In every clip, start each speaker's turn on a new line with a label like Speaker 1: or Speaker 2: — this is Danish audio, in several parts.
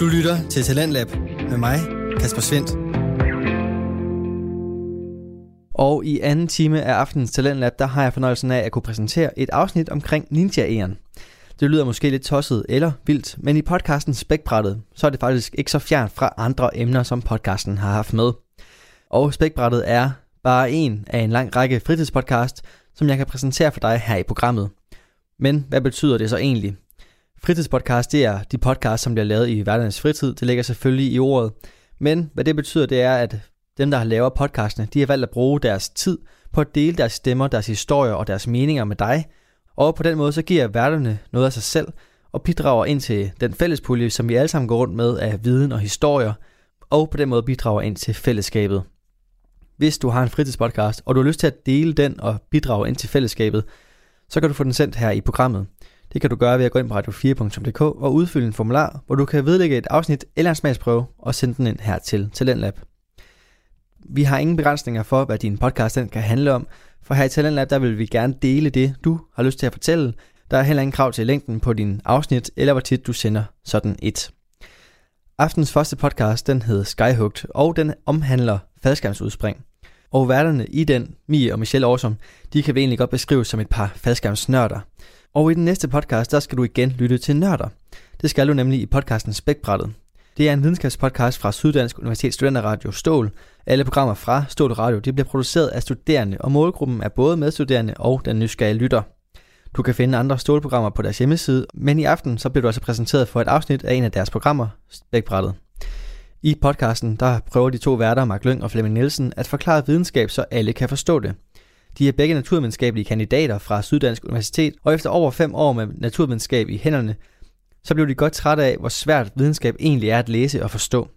Speaker 1: Du lytter til Talentlab med mig, Kasper Svendt. Og i anden time af aftenens Talentlab, der har jeg fornøjelsen af at kunne præsentere et afsnit omkring ninjaæren. Det lyder måske lidt tosset eller vildt, men i podcasten Spækbrættet, så er det faktisk ikke så fjernt fra andre emner, som podcasten har haft med. Og Spækbrættet er bare en af en lang række fritidspodcast, som jeg kan præsentere for dig her i programmet. Men hvad betyder det så egentlig? Fritidspodcast, det er de podcasts, som bliver lavet i hverdagens fritid. Det ligger selvfølgelig i ordet. Men hvad det betyder, det er, at dem, der laver podcastene, de har valgt at bruge deres tid på at dele deres stemmer, deres historier og deres meninger med dig. Og på den måde, så giver værterne noget af sig selv og bidrager ind til den fællespulje, som vi alle sammen går rundt med af viden og historier, og på den måde bidrager ind til fællesskabet. Hvis du har en fritidspodcast, og du har lyst til at dele den og bidrage ind til fællesskabet, så kan du få den sendt her i programmet. Det kan du gøre ved at gå ind på radio4.dk og udfylde en formular, hvor du kan vedlægge et afsnit eller en smagsprøve og sende den ind her til Talentlab. Vi har ingen begrænsninger for, hvad din podcast den kan handle om, for her i Talentlab der vil vi gerne dele det, du har lyst til at fortælle. Der er heller ingen krav til længden på din afsnit, eller hvor tit du sender sådan et. Aftens første podcast, den hedder Skyhugt, og den omhandler faldskærmsudspring. Og værterne i den, Mie og Michelle Årsom, de kan vi egentlig godt beskrive som et par faldskærmsnørder. Og i den næste podcast, der skal du igen lytte til nørder. Det skal du nemlig i podcasten Spækbrættet. Det er en videnskabspodcast fra Syddansk Universitets Studenterradio Stål. Alle programmer fra Stål Radio de bliver produceret af studerende, og målgruppen er både medstuderende og den nysgerrige lytter. Du kan finde andre stålprogrammer på deres hjemmeside, men i aften så bliver du altså præsenteret for et afsnit af en af deres programmer, Spækbrættet. I podcasten der prøver de to værter, Mark Lyng og Flemming Nielsen, at forklare videnskab, så alle kan forstå det. De er begge naturvidenskabelige kandidater fra Syddansk Universitet, og efter over fem år med naturvidenskab i hænderne, så blev de godt trætte af, hvor svært videnskab egentlig er at læse og forstå.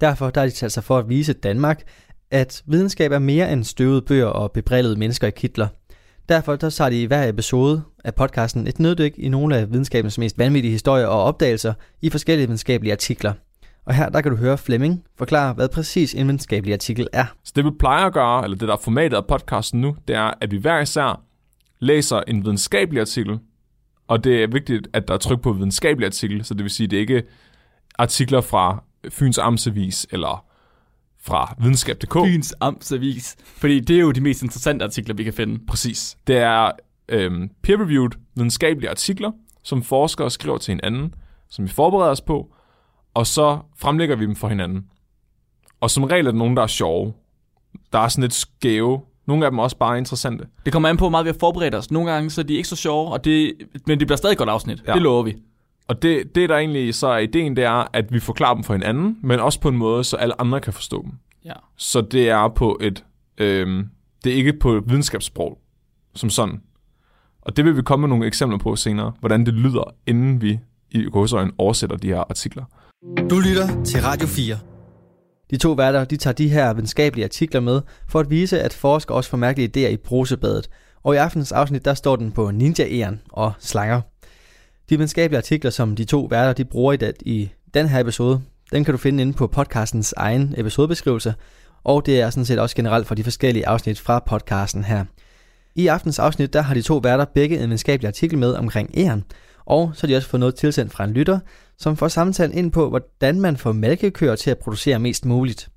Speaker 1: Derfor der har de talt sig for at vise Danmark, at videnskab er mere end støvede bøger og bebrillede mennesker i kitler. Derfor der tager de i hver episode af podcasten et nøddyk i nogle af videnskabens mest vanvittige historier og opdagelser i forskellige videnskabelige artikler. Og her der kan du høre Flemming forklare, hvad præcis en videnskabelig artikel er.
Speaker 2: Så det vi plejer at gøre, eller det der er formatet af podcasten nu, det er, at vi hver især læser en videnskabelig artikel, og det er vigtigt, at der er tryk på videnskabelig artikel, så det vil sige, at det ikke er artikler fra Fyns Amtsavis eller fra videnskab.dk.
Speaker 3: Byens Amtsavis. Fordi det er jo de mest interessante artikler, vi kan finde.
Speaker 2: Præcis. Det er øhm, peer-reviewed videnskabelige artikler, som forskere skriver til hinanden, som vi forbereder os på, og så fremlægger vi dem for hinanden. Og som regel er der nogen, der er sjove. Der er sådan lidt skæve. Nogle af dem er også bare interessante.
Speaker 3: Det kommer an på, hvor meget vi har forberedt os. Nogle gange så er de ikke så sjove, og det, men det bliver stadig et godt afsnit.
Speaker 2: Ja.
Speaker 3: Ja. Det lover vi.
Speaker 2: Og det, det, der egentlig så er ideen, det er, at vi forklarer dem for hinanden, men også på en måde, så alle andre kan forstå dem.
Speaker 3: Ja.
Speaker 2: Så det er på et... Øhm, det er ikke på et videnskabssprog, som sådan. Og det vil vi komme med nogle eksempler på senere, hvordan det lyder, inden vi i gåsøjne oversætter de her artikler.
Speaker 1: Du lytter til Radio 4. De to værter de tager de her videnskabelige artikler med for at vise, at forskere også får mærkelige idéer i brusebadet. Og i aftenens afsnit, der står den på ninja og slanger. De videnskabelige artikler, som de to værter de bruger i, dat, i den her episode, den kan du finde inde på podcastens egen episodebeskrivelse. Og det er sådan set også generelt for de forskellige afsnit fra podcasten her. I aftens afsnit, der har de to værter begge en videnskabelig artikel med omkring æren. Og så har de også fået noget tilsendt fra en lytter, som får samtalen ind på, hvordan man får malkekøer til at producere mest muligt.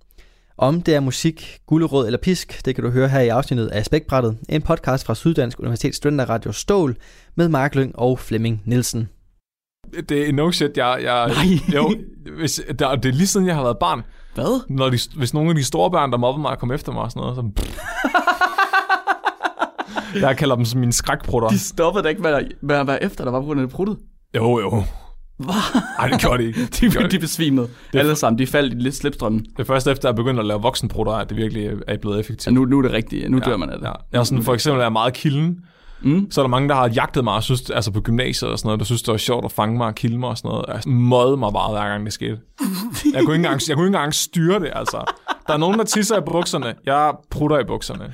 Speaker 1: Om det er musik, gulderød eller pisk, det kan du høre her i afsnittet af Spækbrættet, en podcast fra Syddansk Universitets Studenterradio Stål med Mark Lyng og Flemming Nielsen.
Speaker 2: Det er no shit, jeg... jeg
Speaker 3: Nej.
Speaker 2: Jo, hvis, der, det er lige siden, jeg har været barn.
Speaker 3: Hvad?
Speaker 2: Når de, hvis nogle af de store børn, der mobber mig, kom efter mig og sådan noget, så... jeg kalder dem som mine skrækprutter.
Speaker 3: De stoppede da ikke med at, med at være efter, der var på grund af det pruttet.
Speaker 2: Jo, jo.
Speaker 3: Hvad?
Speaker 2: Nej, det gjorde de ikke. Det,
Speaker 3: De,
Speaker 2: gjorde
Speaker 3: de
Speaker 2: de...
Speaker 3: besvimede. Alle sammen, de faldt i lidt slipstrømmen.
Speaker 2: det er først efter, at jeg begyndte at lave voksenprutter, at det virkelig er blevet
Speaker 3: Ja,
Speaker 2: effektivt.
Speaker 3: nu, nu er det rigtigt. Nu ja, dør man af det.
Speaker 2: Ja. Jeg er sådan, for eksempel er jeg meget kilden. Mm. Så er der mange, der har jagtet mig, og synes, altså på gymnasiet og sådan noget, der synes, det var sjovt at fange mig og kilde mig og sådan noget. Jeg mødte mig bare, hver gang det skete. Jeg kunne, ikke engang, jeg kunne ikke engang styre det, altså. Der er nogen, der tisser i bukserne. Jeg prutter i bukserne.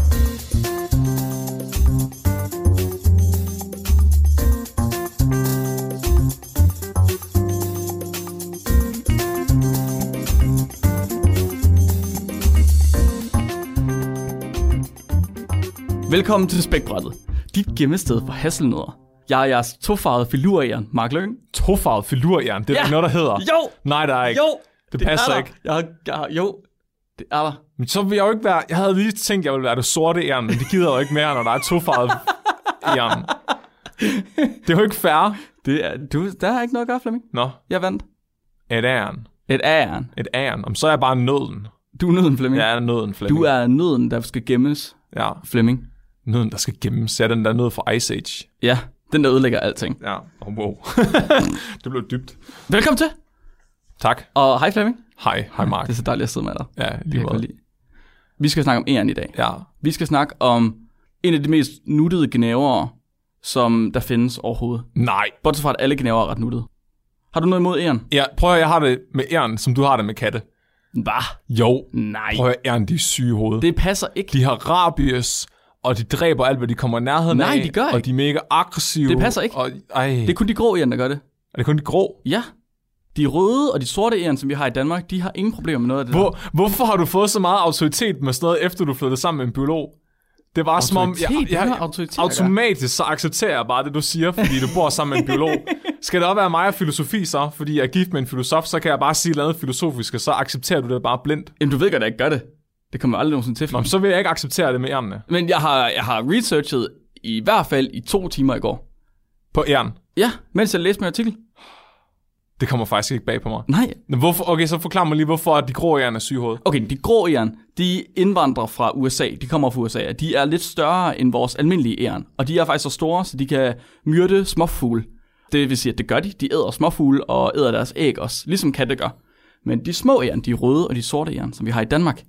Speaker 3: Velkommen til Spækbrættet. Dit gemmested for hasselnødder. Jeg er jeres tofarvede filurjern, Mark Lyng.
Speaker 2: Tofarvet filurjern, det er
Speaker 3: Ja.
Speaker 2: ja. noget, der hedder.
Speaker 3: Jo!
Speaker 2: Nej, der er ikke.
Speaker 3: Jo!
Speaker 2: Det passer
Speaker 3: er der.
Speaker 2: ikke.
Speaker 3: Jeg har, jeg har, jo, det er der.
Speaker 2: Men så vil jeg jo ikke være... Jeg havde lige tænkt, jeg ville være det sorte jern, men det gider jeg jo ikke mere, når der er tofarvet jern. Det er jo ikke fair.
Speaker 3: Det er, du, der er ikke noget at gøre, Flemming.
Speaker 2: Nå,
Speaker 3: Jeg vandt.
Speaker 2: et æren.
Speaker 3: Et æren.
Speaker 2: Et æren. Om så er jeg bare nøden.
Speaker 3: Du er nøden, Flemming.
Speaker 2: Jeg er nøden, Flemming.
Speaker 3: Mm. Du er nøden, der skal gemmes,
Speaker 2: Ja,
Speaker 3: Flemming.
Speaker 2: nøden, der skal gemmes. Jeg er den der nød fra Ice Age.
Speaker 3: Ja, den der ødelægger alting.
Speaker 2: Ja, oh, wow. det blev dybt.
Speaker 3: Velkommen til,
Speaker 2: Tak.
Speaker 3: og hej Flemming.
Speaker 2: Hej, hej Mark.
Speaker 3: Det er så dejligt at sidde med dig. Det
Speaker 2: Ja,
Speaker 3: kan
Speaker 2: lige
Speaker 3: jeg godt
Speaker 2: måde.
Speaker 3: lide. Vi skal snakke om æren i dag.
Speaker 2: Ja,
Speaker 3: Vi skal snakke om en af de mest nuttede gnavere, som der findes overhovedet.
Speaker 2: nej.
Speaker 3: Bortset fra, at alle gnavere er ret nuttede. Har du noget imod æren?
Speaker 2: Ja, prøv at høre, jeg har det med æren, som du har det med katte.
Speaker 3: Bah,
Speaker 2: Jo.
Speaker 3: nej.
Speaker 2: Prøv at høre, æren, de er syge i hovedet.
Speaker 3: Det passer ikke.
Speaker 2: De har rabies, og de dræber alt, hvad de kommer i nærheden
Speaker 3: Nej,
Speaker 2: af.
Speaker 3: de gør
Speaker 2: Og
Speaker 3: ikke.
Speaker 2: de er mega aggressive.
Speaker 3: Det passer ikke.
Speaker 2: Og, ej, det,
Speaker 3: Det er kun de grå æren, der gør det.
Speaker 2: er det kun de grå?
Speaker 3: Ja. De røde og de sorte æren, som vi har i Danmark, de har ingen problemer med noget af det. der.
Speaker 2: Hvor, hvorfor har du fået så meget autoritet med sådan noget, efter du flyttede sammen med en biolog? Det var som om,
Speaker 3: Autoritet? Det har autoritet at gøre.
Speaker 2: automatisk så accepterer jeg bare det, du siger, fordi du bor sammen med en biolog. Skal det også være mig og filosofi så? Fordi jeg er gift med en filosof, så kan jeg bare sige noget filosofisk, og så accepterer du det bare blindt.
Speaker 3: Jamen, du ved godt, at jeg ikke gør det. Det kommer jeg aldrig nogensinde til.
Speaker 2: Nå, men så vil jeg ikke acceptere det med ærnene.
Speaker 3: Men jeg har, jeg har researchet i hvert fald i to timer i går.
Speaker 2: På æren.
Speaker 3: Ja, mens jeg læste min artikel.
Speaker 2: Det kommer faktisk ikke bag på mig.
Speaker 3: Nej.
Speaker 2: Men hvorfor, okay, så forklar mig lige, hvorfor at de grå æren er syge i hovedet.
Speaker 3: Okay, de grå æren, de indvandrer fra USA. De kommer fra USA, og de er lidt større end vores almindelige æren. Og de er faktisk så store, så de kan myrde småfugle. Det vil sige, at det gør de. De æder småfugle og æder deres æg også, ligesom katte gør. Men de små æren, de røde og de sorte æren, som vi har i Danmark,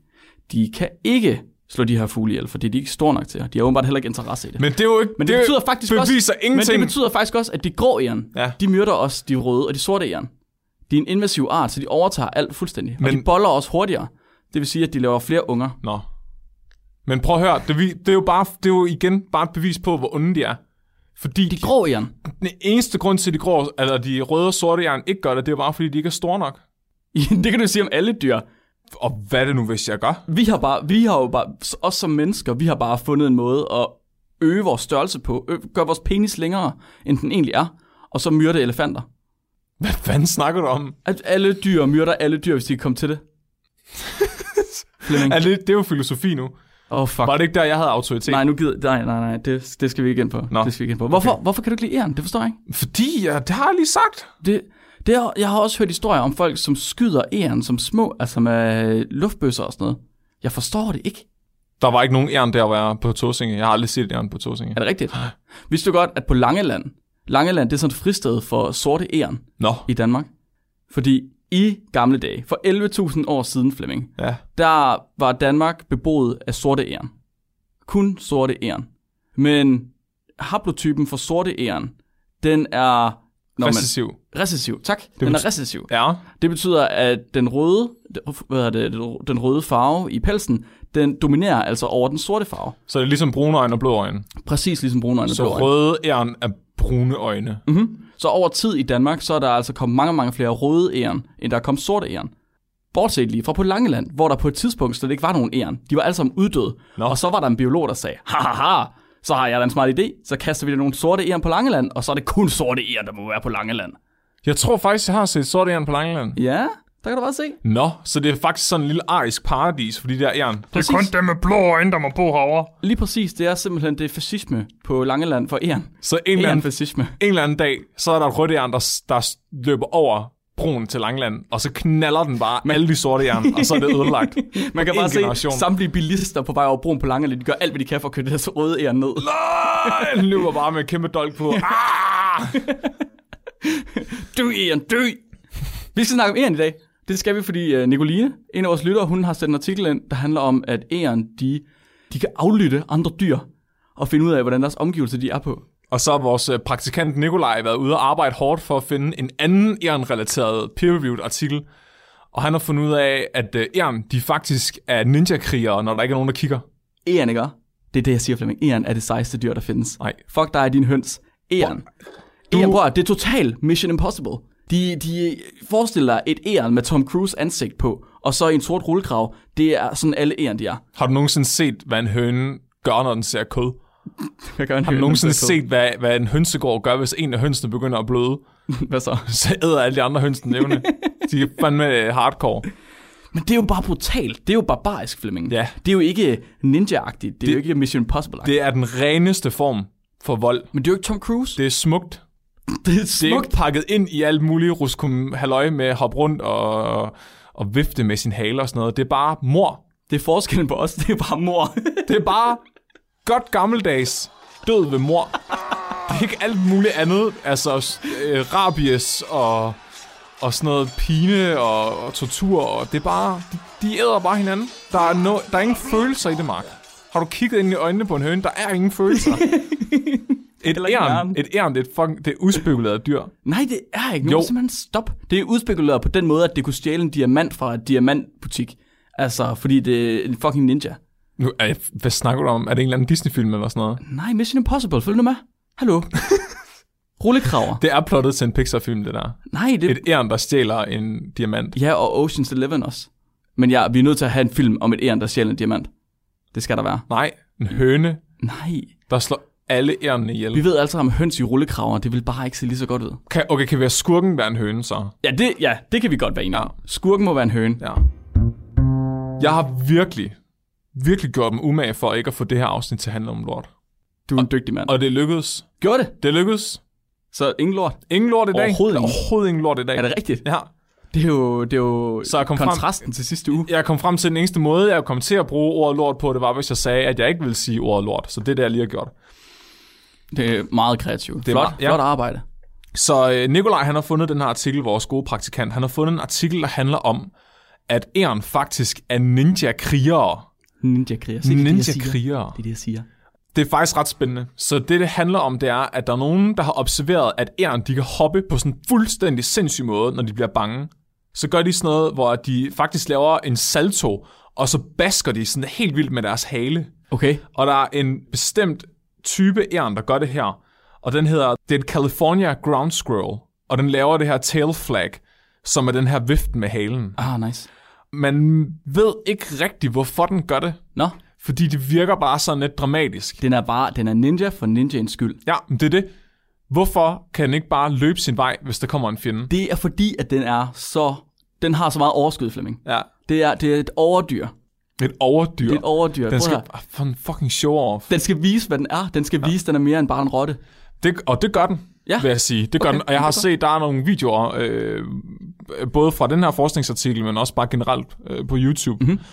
Speaker 3: de kan ikke slå de her fugle ihjel, fordi de er ikke store nok til. Og de har åbenbart heller ikke interesse i det.
Speaker 2: Men det er jo ikke...
Speaker 3: Men det, det betyder faktisk
Speaker 2: beviser
Speaker 3: også,
Speaker 2: ingenting.
Speaker 3: Men det betyder faktisk også, at de grå æren, ja.
Speaker 2: Ja.
Speaker 3: de myrder også de røde og de sorte æren. De er en invasiv art, så de overtager alt fuldstændig. Men, og
Speaker 2: Men-
Speaker 3: de boller også hurtigere. Det vil sige, at de laver flere unger.
Speaker 2: Nå. Men prøv at høre, det, vi- det, er jo bare, det er jo igen bare et bevis på, hvor onde de er. Fordi de
Speaker 3: De grå æren,
Speaker 2: den eneste grund til, at de, grå, eller de røde og sorte jern ikke gør det, det er jo bare, fordi de ikke er store nok.
Speaker 3: det kan du sige om alle dyr.
Speaker 2: Og hvad er det nu, hvis jeg gør?
Speaker 3: Vi har, bare, vi har jo bare, os som mennesker, vi har bare fundet en måde at øge vores størrelse på, ø- gøre vores penis længere, end den egentlig er, og så myrde elefanter.
Speaker 2: Hvad fanden snakker du om?
Speaker 3: At alle dyr myrder alle dyr, hvis de kan komme til det. Flemming.
Speaker 2: Er det, det er jo filosofi nu.
Speaker 3: Åh, oh, fuck.
Speaker 2: Var det ikke der, jeg havde autoritet?
Speaker 3: Nej, nu gider, nej, nej, nej, det, det skal vi ikke ind på.
Speaker 2: Nå.
Speaker 3: Det skal vi ikke ind på. Hvorfor, okay. hvorfor kan du ikke lide æren? Det forstår jeg ikke.
Speaker 2: Fordi, ja, det har jeg lige sagt.
Speaker 3: Det, det er, jeg har også hørt historier om folk, som skyder æren som små, altså med luftbøsser og sådan noget. Jeg forstår det ikke.
Speaker 2: Der var ikke nogen æren der, hvor jeg er på Torsinge. Jeg har aldrig set æren på Torsinge.
Speaker 3: Er det rigtigt? Vidste du godt, at på Langeland, Langeland det er sådan et fristed for sorte æren
Speaker 2: Nå,
Speaker 3: i Danmark? Fordi i gamle dage, for 11.000 år siden, Flemming,
Speaker 2: ja.
Speaker 3: der var Danmark beboet af sorte æren. Kun sorte æren. Men haplotypen for sorte æren, den er... Når man,
Speaker 2: Recessiv.
Speaker 3: recessiv, tak. Den er
Speaker 2: betyder-
Speaker 3: recessiv.
Speaker 2: Ja.
Speaker 3: Det betyder, at den røde, hvad hedder det, den røde farve i pelsen, den dominerer altså over den sorte farve.
Speaker 2: Så det er ligesom brune øjne og blå øjne.
Speaker 3: Præcis ligesom brunøjne og
Speaker 2: Så
Speaker 3: blå øjne. Mhm.
Speaker 2: røde æren er brune øjne. Mm.
Speaker 3: Så over tid i Danmark, så er der altså kommet mange, mange flere røde æren, end der er kommet sorte æren. Bortset lige fra på Langeland, hvor der på et tidspunkt slet ikke var nogen æren. De var alle sammen uddøde.
Speaker 2: Nå.
Speaker 3: Og så var der en biolog, der sagde, ha ha ha, så har jeg da en smart idé, så kaster vi da nogle sorte æren på Langeland, og så er det kun sorte æren, der må være på Langeland.
Speaker 2: Jeg tror faktisk, jeg har set sort æren på Langeland.
Speaker 3: Ja, der kan du bare se.
Speaker 2: Nå, så det er faktisk sådan en lille arisk paradis for de der æren.
Speaker 4: Det er kun dem med blå øjne, der må bo herovre.
Speaker 3: Lige præcis, det er simpelthen det er fascisme på Langeland for æren.
Speaker 2: Så en eller, anden,
Speaker 3: Æren-fascisme.
Speaker 2: en eller anden dag, så er der et rødt jern, der, s- der s- løber over broen til Langland, og så knaller den bare Men... alle de sorte jern, og så er det ødelagt.
Speaker 3: Man kan
Speaker 2: En
Speaker 3: bare se
Speaker 2: generation.
Speaker 3: samtlige bilister på vej over broen på Langeland, de gør alt, hvad de kan for at køre deres røde ære ned.
Speaker 2: Ej, den løber bare med en kæmpe dolk på. Ah!
Speaker 3: Dø, æren, dø! Vi skal snakke om æren i dag. Det skal vi, fordi øh, Nicoline, en af vores lyttere, hun har sendt en artikel ind, der handler om, at æren, de, de kan aflytte andre dyr og finde ud af, hvordan deres omgivelser de er på.
Speaker 2: Og så har vores øh, praktikant Nikolaj været ude og arbejde hårdt for at finde en anden æren-relateret peer-reviewed artikel. Og han har fundet ud af, at øh, æren, de faktisk er ninja-krigere, når der ikke er nogen, der kigger.
Speaker 3: Æren, ikke? også? Det er det, jeg siger, Flemming. Æren er det sejeste dyr, der findes.
Speaker 2: Nej.
Speaker 3: Fuck dig, din høns. Æren. Du... Æren, bror, det er total Mission Impossible. De, de forestiller dig et æren med Tom Cruise ansigt på, og så en sort rullekrav. Det er sådan alle æren, de er.
Speaker 2: Har du nogensinde set, hvad en høne gør, når den ser kød?
Speaker 3: Hvad gør en
Speaker 2: Har du
Speaker 3: høne,
Speaker 2: nogensinde
Speaker 3: hvis den er
Speaker 2: set, hvad, hvad en hønsegård gør, hvis en af hønsene begynder at bløde?
Speaker 3: fed? Hvad så?
Speaker 2: Så æder alle de andre hønsene evne. De er fandme øh, hardcore.
Speaker 3: Men det er jo bare brutalt. Det er jo barbarisk, Flemming.
Speaker 2: Ja.
Speaker 3: Det er jo ikke ninja-agtigt. Det, det er jo ikke Mission impossible det,
Speaker 2: Det er den reneste form for vold.
Speaker 3: Men det er jo ikke Tom Cruise.
Speaker 2: Det er smukt.
Speaker 3: det er
Speaker 2: Det er
Speaker 3: smukt.
Speaker 2: ikke pakket ind i alt muligt ruskum halløj med at hoppe rundt og, og vifte med sin hale og sådan noget. Det er bare mor.
Speaker 3: Det er forskellen på os. Det er bare mor.
Speaker 2: Det er bare godt gammeldags død ved mor. Det er ikke alt muligt andet. Altså s- øh, rabies og, og sådan noget pine og, og tortur. Og det er bare, de, de æder bare hinanden. Der er, no, der er ingen følelser i det, Mark. Har du kigget ind i øjnene på en høne? Der er ingen følelser. Et
Speaker 3: ikke en
Speaker 2: æren,
Speaker 3: arm.
Speaker 2: et æren, det er, et fucking, det er udspekuleret dyr.
Speaker 3: Nej, det er ikke. Nu
Speaker 2: Jo.
Speaker 3: er det simpelthen stop. Det er udspekuleret på den måde, at det kunne stjæle en diamant fra en diamantbutik. Altså, fordi det er en fucking ninja.
Speaker 2: Nu, er jeg, hvad snakker du om? Er det en eller anden Disney-film eller sådan noget?
Speaker 3: Nej, Mission Impossible. Følg nu med. Hallo. Rullekraver.
Speaker 2: Det er plottet til en Pixar-film, det der.
Speaker 3: Nej, det...
Speaker 2: Et æren, der stjæler en diamant.
Speaker 3: Ja, og Ocean's Eleven også. Men ja, vi er nødt til at have en film om et æren, der stjæler en diamant. Det skal der være.
Speaker 2: Nej, en høne,
Speaker 3: Nej.
Speaker 2: der slår alle ærnene ihjel.
Speaker 3: Vi ved altså om høns i rullekraver. Det vil bare ikke se lige så godt ud.
Speaker 2: Kan, okay, kan være skurken være en høne så?
Speaker 3: Ja, det, ja, det kan vi godt være enige om. Skurken må være en høne.
Speaker 2: Ja. Jeg har virkelig, virkelig gjort mig umage for ikke at få det her afsnit til at handle om lort.
Speaker 3: Du er en dygtig mand. Og
Speaker 2: Og det lykkedes.
Speaker 3: gjorde det.
Speaker 2: Det lykkedes.
Speaker 3: Så ingen lort.
Speaker 2: Ingen lort i dag.
Speaker 3: Overhovedet
Speaker 2: Der er
Speaker 3: ingen.
Speaker 2: Overhovedet ingen lort i dag.
Speaker 3: Er det rigtigt?
Speaker 2: Ja.
Speaker 3: Det er jo, det er jo
Speaker 2: Så jeg kom frem-
Speaker 3: kontrasten frem. til sidste uge.
Speaker 2: Jeg kom frem til den eneste måde, jeg kom til at bruge ordet lort på, det var, hvis jeg sagde, at jeg ikke ville sige ordet lort. Så det er det, jeg lige har gjort.
Speaker 3: Det er meget kreativt.
Speaker 2: er
Speaker 3: Flot,
Speaker 2: meget- ja.
Speaker 3: flot arbejde.
Speaker 2: Så øh, Nikolaj, han har fundet den her artikel, vores gode praktikant, han har fundet en artikel, der handler om, at æren faktisk er ninja-krigere.
Speaker 3: Ninja kriger.
Speaker 2: Ninja-krigere.
Speaker 3: Det er det, jeg siger.
Speaker 2: Det er faktisk ret spændende. Så det, det handler om, det er, at der er nogen, der har observeret, at æren, de kan hoppe på sådan en fuldstændig sindssyg måde, når de bliver bange. Så gør de sådan noget, hvor de faktisk laver en salto, og så basker de sådan helt vildt med deres hale.
Speaker 3: Okay.
Speaker 2: Og der er en bestemt type æren, der gør det her. Og den hedder, det er en California Ground Squirrel. Og den laver det her tail flag, som er den her viften med halen.
Speaker 3: Ah, nice.
Speaker 2: Man ved ikke rigtigt, hvorfor den gør det.
Speaker 3: Nå,
Speaker 2: Fordi det virker bare sådan lidt dramatisk.
Speaker 3: den er bare, den er ninja for ninjaens skyld.
Speaker 2: Ja, men det er det. Hvorfor kan den ikke bare løbe sin vej, hvis der kommer en fjende?
Speaker 3: Det er fordi, at den er så, den har så meget overskud, Flemming.
Speaker 2: Ja.
Speaker 3: Det er, det er et overdyr.
Speaker 2: Et overdyr.
Speaker 3: Det er et overdyr.
Speaker 2: Den
Speaker 3: Prøv
Speaker 2: skal
Speaker 3: her.
Speaker 2: ah, for en fucking show off.
Speaker 3: den skal vise, hvad den er. Den skal vise, at den er mere end bare en rotte.
Speaker 2: Det, og det gør den, ja.
Speaker 3: Ja.
Speaker 2: vil jeg sige. Det gør
Speaker 3: Okay,
Speaker 2: den. Og jeg har
Speaker 3: det er
Speaker 2: set, der er nogle videoer, øh, både fra den her forskningsartikel, men også bare generelt øh, på YouTube,
Speaker 3: Mhm.
Speaker 2: mm-hmm.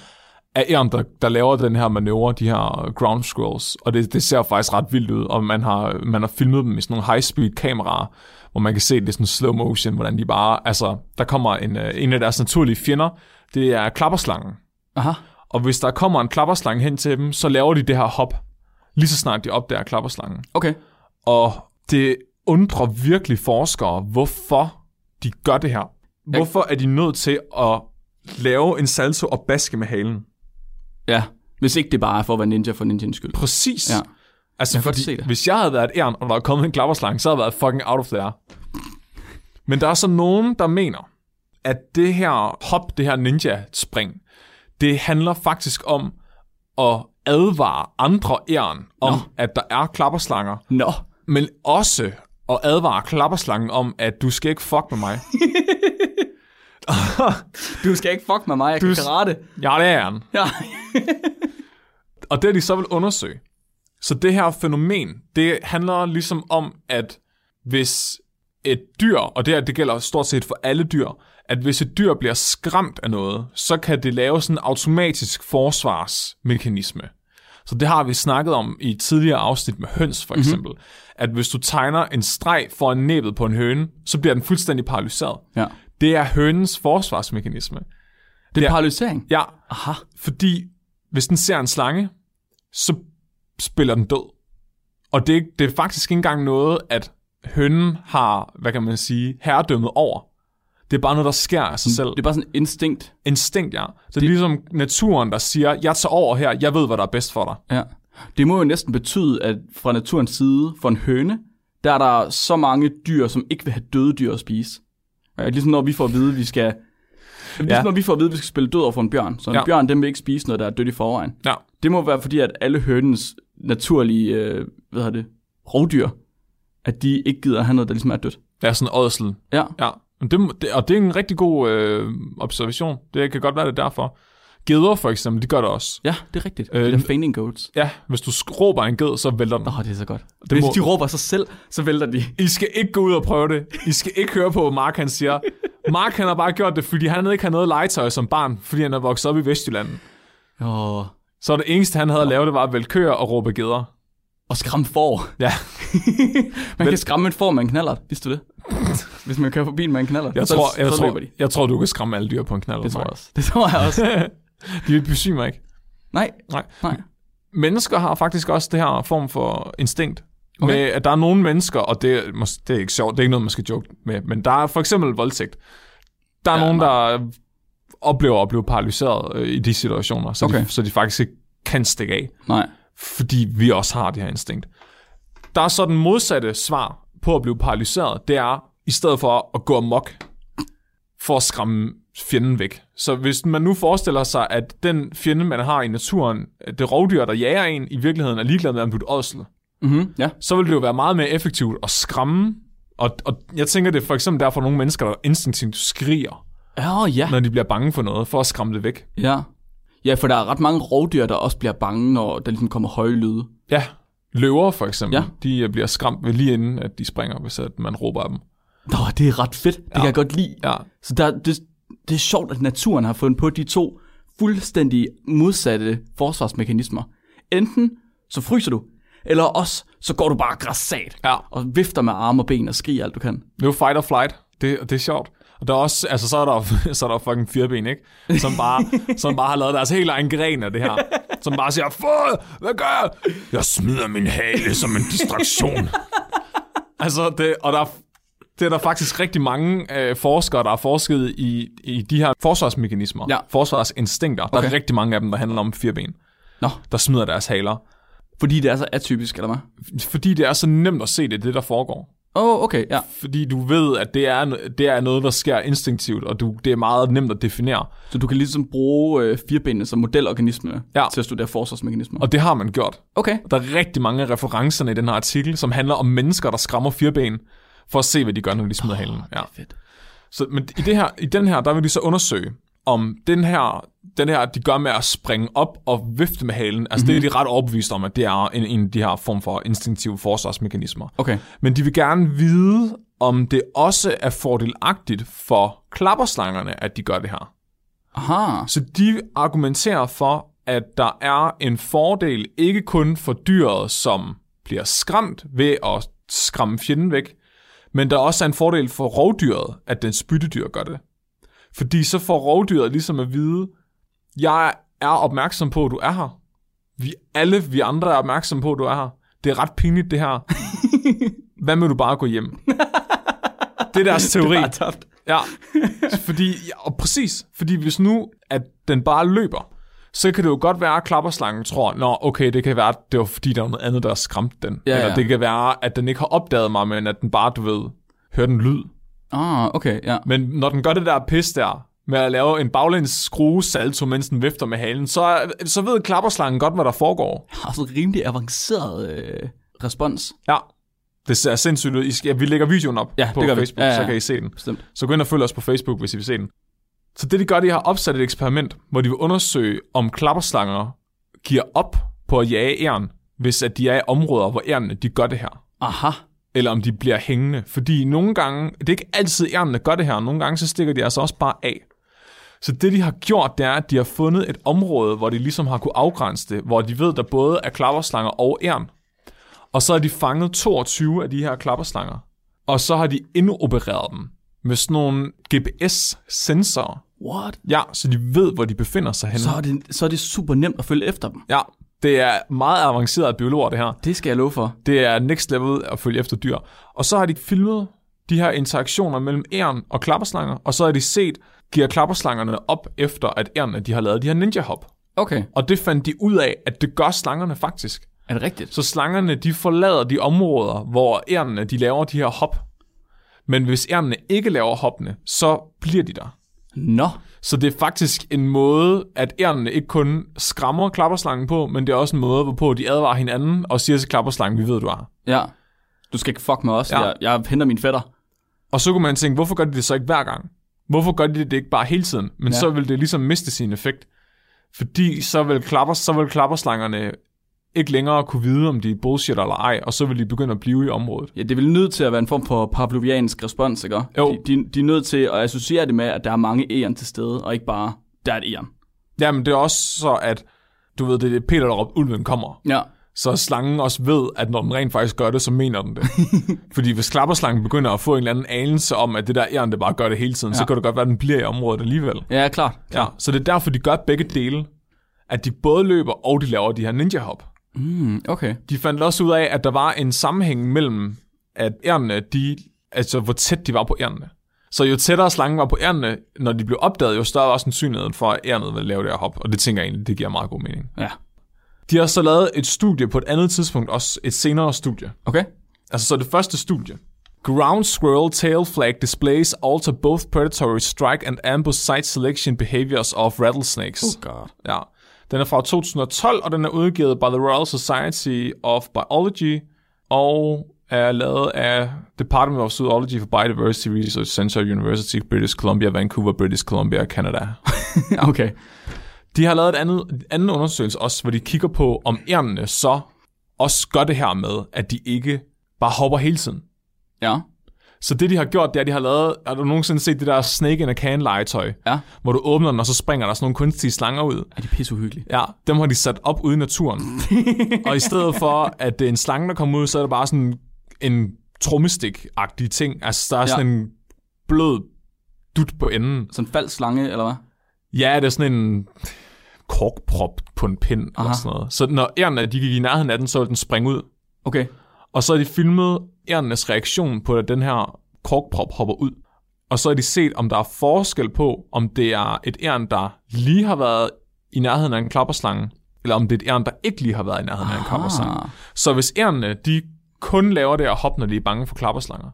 Speaker 2: af æren, der, der laver den her manøvre, de her ground squirrels. Og det, det ser faktisk ret vildt ud, og man har, man har filmet dem i sådan nogle high-speed kameraer, hvor man kan se det i sådan slow motion, hvordan de bare... Altså, der kommer en, øh, en af deres naturlige fjender, det er klapperslangen.
Speaker 3: Aha.
Speaker 2: Og hvis der kommer en klapperslange hen til dem, så laver de det her hop, lige så snart de opdager klapperslangen.
Speaker 3: Okay.
Speaker 2: Og det undrer virkelig forskere, hvorfor de gør det her. Hvorfor er de nødt til at lave en salto og baske med halen?
Speaker 3: Ja. Hvis ikke det bare er for at være ninja for ninjaens skyld.
Speaker 2: Præcis.
Speaker 3: Ja.
Speaker 2: Altså,
Speaker 3: Jeg kan godt se
Speaker 2: fordi,
Speaker 3: det.
Speaker 2: hvis jeg havde været et æren, og der var kommet en klapperslange, så havde jeg været fucking out of there. Men der er så nogen, der mener, at det her hop, det her ninja-spring, det handler faktisk om at advare andre æren om, Nå. at der er klapperslanger,
Speaker 3: Nå.
Speaker 2: men også at advare klapperslangen om, at du skal ikke fuck med mig.
Speaker 3: Du skal ikke fuck med mig, jeg du... kan karate.
Speaker 2: Jeg er æren.
Speaker 3: Ja.
Speaker 2: Og det har de så vil undersøge. Så det her fænomen, det handler ligesom om, at hvis et dyr, og det her det gælder stort set for alle dyr, at hvis et dyr bliver skræmt af noget, så kan det lave sådan en automatisk forsvarsmekanisme. Så det har vi snakket om i et tidligere afsnit med høns for eksempel, mm-hmm. at hvis du tegner en streg foran næbet på en høne, så bliver den fuldstændig paralyseret.
Speaker 3: ja.
Speaker 2: Det er hønens forsvarsmekanisme.
Speaker 3: Det er ja. paralysering.
Speaker 2: Ja,
Speaker 3: Aha.
Speaker 2: fordi hvis den ser en slange, så spiller den død. Og det er, ikke- det er faktisk ikke engang noget, at hønnen har, hvad kan man sige, herredømmet over. Det er bare noget, der sker af sig selv.
Speaker 3: Mm, Det er bare sådan instinkt.
Speaker 2: Instinkt, ja. Så det er ligesom naturen, der siger, jeg tager over her, jeg ved, hvad der er bedst for dig.
Speaker 3: Ja. Det må jo næsten betyde, at fra naturens side, for en høne, der er der så mange dyr, som ikke vil have døde dyr at spise. Ja, ligesom når vi får at vide, at vi skal Jamen, ligesom når vi får at vide, at vi skal spille død over for en bjørn. Så en
Speaker 2: Ja.
Speaker 3: ja. bjørn, den vil ikke spise noget, der er dødt i forvejen.
Speaker 2: Ja.
Speaker 3: Det må være fordi, at alle hønens naturlige, øh, hvad hedder det, rovdyr, at de ikke gider at have noget, der ligesom er dødt.
Speaker 2: Ja, sådan ådsel.
Speaker 3: Ja.
Speaker 2: Ja. Men det, må- det, og det er en rigtig god øh, observation. Det kan godt være, det er derfor. Geder for eksempel, de gør det også.
Speaker 3: Ja, det er rigtigt.
Speaker 2: Øh,
Speaker 3: Øh, det er fainting goats.
Speaker 2: Ja, hvis du sk- råber en ged, så vælter den.
Speaker 3: Åh, oh, det er så godt. Det
Speaker 2: Det
Speaker 3: Hvis
Speaker 2: må-
Speaker 3: må... de råber sig selv, så vælter de.
Speaker 2: I skal ikke gå ud og prøve det. I skal ikke høre på, hvad Mark han siger. Mark han har bare gjort det, fordi han ikke har noget legetøj som barn, fordi han er vokset op i Vestjylland.
Speaker 3: Åh,
Speaker 2: Så det eneste, han havde at lave, det var at vælge køer og råbe geder.
Speaker 3: og skræmme får.
Speaker 2: Ja,
Speaker 3: Man kan skræmme et får med en knaller, vidste du det? Hvis man kører forbi en med en knaller,
Speaker 2: jeg,
Speaker 3: så,
Speaker 2: tror, jeg,
Speaker 3: så
Speaker 2: tror,
Speaker 3: løber de.
Speaker 2: jeg tror, du kan skræmme alle dyr på en knald.
Speaker 3: Det tror jeg også. Det tror jeg også.
Speaker 2: De besvimer ikke.
Speaker 3: Nej,
Speaker 2: Nej.
Speaker 3: nej.
Speaker 2: Mennesker har faktisk også det her form for instinkt. Okay.
Speaker 3: Okay.
Speaker 2: Med, at der er nogle mennesker, og det, er mås- det er ikke sjovt, det er ikke noget, man skal joke med, men der er for eksempel voldtægt. Der er ja,
Speaker 3: Ja,
Speaker 2: nogen, der oplever at blive paralyseret øh, i de situationer, så, okay.
Speaker 3: Okay.
Speaker 2: de, så de faktisk ikke kan stikke af.
Speaker 3: Nej.
Speaker 2: fordi vi også har det her instinkt. Der er så den modsatte svar på at blive paralyseret, det er, i stedet for at gå amok, for at skræmme fjenden væk. Så hvis man nu forestiller sig, at den fjende, man har i naturen, det rovdyr, der jager en, i virkeligheden er ligeglad med, om du er et ådsel,
Speaker 3: Mm-hmm. Ja.
Speaker 2: så vil det jo være meget mere effektivt at skræmme. Og, og jeg tænker, det er for eksempel derfor nogle mennesker, der instinktivt skriger,
Speaker 3: Åh, oh, ja.
Speaker 2: når de bliver bange for noget, for at skræmme det væk.
Speaker 3: Ja. Ja, for der er ret mange rovdyr, der også bliver bange, når der ligesom kommer høje lyde.
Speaker 2: Ja, løver for eksempel, ja.
Speaker 3: Ja.
Speaker 2: de øh, bliver skræmt ved lige inden, at de springer, hvis at man råber af dem.
Speaker 3: Nå, det er ret fedt. Det ja. kan jeg godt lide.
Speaker 2: Ja,
Speaker 3: Så der, det, det er sjovt, at naturen har fundet på de to fuldstændig modsatte forsvarsmekanismer. Enten så fryser du, eller også så går du bare græssat
Speaker 2: Ja.
Speaker 3: og vifter med arme og ben og skriger alt du kan.
Speaker 2: Det er jo fight or flight. Det, og det er sjovt. Og der er også, altså så er der, så er der fucking fireben, ikke? Som bare, som bare har lavet deres helt egen gren af det her. Som bare siger, fod, hvad gør jeg? Jeg smider min hale som en distraktion. altså, det, og der, er- det er der faktisk rigtig mange øh, forskere, der har forsket i, i de her forsvarsmekanismer.
Speaker 3: Ja.
Speaker 2: Forsvarsinstinkter. Der er
Speaker 3: Okay.
Speaker 2: rigtig mange af dem, der handler om fireben.
Speaker 3: Nå,
Speaker 2: Der smider deres haler.
Speaker 3: fordi det er så atypisk, eller hvad?
Speaker 2: Fordi det er så nemt at se det, det der foregår.
Speaker 3: Åh, oh, okay, ja.
Speaker 2: fordi du ved, at det er, det er noget, der sker instinktivt, og du, det er meget nemt at definere.
Speaker 3: Så du kan ligesom bruge øh, firbenene som modelorganisme
Speaker 2: Ja.
Speaker 3: til at studere forsvarsmekanismer.
Speaker 2: Og det har man gjort.
Speaker 3: Okay,
Speaker 2: Der er rigtig mange af referencerne i den her artikel, som handler om mennesker, der skræmmer firben, for at se, hvad de gør, når de smider halen. Ja.
Speaker 3: fedt.
Speaker 2: Så, men i, det her, i den her, der vil de så undersøge, om den her, den her, de gør med at springe op og vifte med halen, altså mm-hmm. det er de ret overbevist om, at det er en, en af de her form for instinktive forsvarsmekanismer.
Speaker 3: Okay.
Speaker 2: Men de vil gerne vide, om det også er fordelagtigt for klapperslangerne, at de gør det her.
Speaker 3: Aha,
Speaker 2: Så de argumenterer for, at der er en fordel ikke kun for dyret, som bliver skræmt ved at skræmme fjenden væk, men der også er en fordel for rovdyret, at den spyttedyr gør det. Fordi så får rovdyret ligesom at vide, jeg er opmærksom på, at du er her. Vi alle, vi andre er opmærksom på, at du er her. Det er ret pinligt, det her. Hvad med du bare gå hjem? Det er deres teori.
Speaker 3: bare tabt.
Speaker 2: Ja, fordi, ja, og præcis, fordi hvis nu, at den bare løber, så kan det jo godt være, at klapperslangen tror, nå, okay, det kan være, at det var fordi, der var noget andet, der skræmte den.
Speaker 3: Ja,
Speaker 2: Eller
Speaker 3: ja.
Speaker 2: det kan være, at den ikke har opdaget mig, men at den bare, du ved, hører den lyd.
Speaker 3: Ah, okay, ja.
Speaker 2: Men når den gør det der pis der, med at lave en baglæns skrue salto, mens den vifter med halen, så, så ved klapperslangen godt, hvad der foregår.
Speaker 3: har sådan rimelig avanceret øh, respons.
Speaker 2: Ja, det ser sindssygt ud. I skal, ja, vi lægger videoen op
Speaker 3: Ja,
Speaker 2: på
Speaker 3: det gør vi.
Speaker 2: Facebook,
Speaker 3: Ja, ja,
Speaker 2: så
Speaker 3: ja.
Speaker 2: kan I se den.
Speaker 3: Bestemt.
Speaker 2: Så gå ind og følg os på Facebook, hvis I vil se den. Så det de gør, de har opsat et eksperiment, hvor de vil undersøge, om klapperslanger giver op på at jage æren, hvis at de er i områder, hvor ærerne de gør det her.
Speaker 3: Aha.
Speaker 2: Eller om de bliver hængende. Fordi nogle gange, det er ikke altid ærerne, der gør det her, nogle gange så stikker de altså også bare af. Så det de har gjort, det er, at de har fundet et område, hvor de ligesom har kunne afgrænse det, hvor de ved, der både er klapperslanger og ærn. Og så har de fanget 22 af de her klapperslanger. Og så har de indopereret dem med sådan nogle GPS-sensorer.
Speaker 3: What?
Speaker 2: Ja, så de ved, hvor de befinder sig henne.
Speaker 3: Så er, det, så er det super nemt at følge efter dem.
Speaker 2: Ja, det er meget avanceret af biologer, det her.
Speaker 3: Det skal jeg love for.
Speaker 2: Det er next level at følge efter dyr. Og så har de filmet de her interaktioner mellem æren og klapperslanger, og så har de set, giver klapperslangerne op efter, at ærerne de har lavet de her ninja-hop.
Speaker 3: Okay.
Speaker 2: Og det fandt de ud af, at det gør slangerne faktisk.
Speaker 3: Er det rigtigt?
Speaker 2: Så slangerne, de forlader de områder, hvor ærerne, de laver de her hop. Men hvis ærerne ikke laver hoppene, så bliver de der.
Speaker 3: Nå.
Speaker 2: Så det er faktisk en måde, at ærnene ikke kun skræmmer klapperslangen på, men det er også en måde, hvorpå de advarer hinanden og siger til klapperslangen, vi ved, du er.
Speaker 3: Ja. Du skal ikke fuck med os.
Speaker 2: Ja.
Speaker 3: Ja. Jeg, jeg henter min fætter.
Speaker 2: Og så kunne man tænke, hvorfor gør de det så ikke hver gang? Hvorfor gør de det ikke bare hele tiden? Men
Speaker 3: Ja.
Speaker 2: ja. så vil det ligesom miste sin effekt. Fordi så vil, klapper, så vil klapperslangerne ikke længere kunne vide, om de er bullshit eller ej, og så vil de begynde at blive i området.
Speaker 3: Ja, det vil nødt til at være en form for pavloviansk respons, ikke?
Speaker 2: Jo.
Speaker 3: De, de, de er nødt til at associere det med, at der er mange æren til stede, og ikke bare, der er et æren.
Speaker 2: Jamen, det er også så, at du ved, det er det Peter, der råbte, ulven kommer.
Speaker 3: Ja.
Speaker 2: Så slangen også ved, at når den rent faktisk gør det, så mener den det. Fordi hvis klapperslangen begynder at få en eller anden anelse om, at det der æren, det bare gør det hele tiden, ja. så kan det godt være, at den bliver i området alligevel.
Speaker 3: Ja, klart.
Speaker 2: Ja, så det er derfor, de gør begge dele. At de både løber, og de laver de her ninja hop.
Speaker 3: Mm, okay.
Speaker 2: De fandt også ud af, at der var en sammenhæng mellem, at ærnene, de, altså hvor tæt de var på ærnene. Så jo tættere slangen var på ærnene, når de blev opdaget, jo større var sandsynligheden for, at ærnet ville lave det her hop. Og det tænker jeg egentlig, det giver meget god mening.
Speaker 3: Ja.
Speaker 2: De har så lavet et studie på et andet tidspunkt, også et senere studie.
Speaker 3: Okay.
Speaker 2: Altså så det første studie. Ground squirrel tail flag displays alter both predatory strike and ambush site selection behaviors of rattlesnakes.
Speaker 3: God.
Speaker 2: Ja. Den er fra 2012, og den er udgivet by the Royal Society of Biology, og er lavet af Department of Zoology for Biodiversity Research Center, University of British Columbia, Vancouver, British Columbia, Canada.
Speaker 3: okay.
Speaker 2: De har lavet et andet, anden undersøgelse også, hvor de kigger på, om ærnene så også gør det her med, at de ikke bare hopper hele tiden.
Speaker 3: Ja.
Speaker 2: Så det, de har gjort, det er, at de har lavet... Har du nogensinde set det der snake in a can legetøj?
Speaker 3: Ja.
Speaker 2: Hvor du åbner den, og så springer der sådan nogle kunstige slanger ud.
Speaker 3: Er det pisseuhyggeligt?
Speaker 2: Ja, dem har de sat op ude i naturen. og i stedet for, at det er en slange, der kommer ud, så er det bare sådan en trommestik-agtig ting. Altså, der er
Speaker 3: Ja.
Speaker 2: sådan en blød dut på enden.
Speaker 3: Sådan en falsk slange, eller hvad?
Speaker 2: Ja, det er sådan en korkprop på en pind Aha.
Speaker 3: Aha.
Speaker 2: eller sådan noget. Så når ærerne, de gik i nærheden af den, så ville den springe ud.
Speaker 3: Okay.
Speaker 2: Og så har de filmet ærenes reaktion på, at den her korkprop hopper ud. Og så har de set, om der er forskel på, om det er et æren, der lige har været i nærheden af en klapperslange, eller om det er et æren, der ikke lige har været i nærheden af en klapperslange.
Speaker 3: Ah.
Speaker 2: Så hvis ærerne, de kun laver det at hoppe, når de er bange for klapperslanger,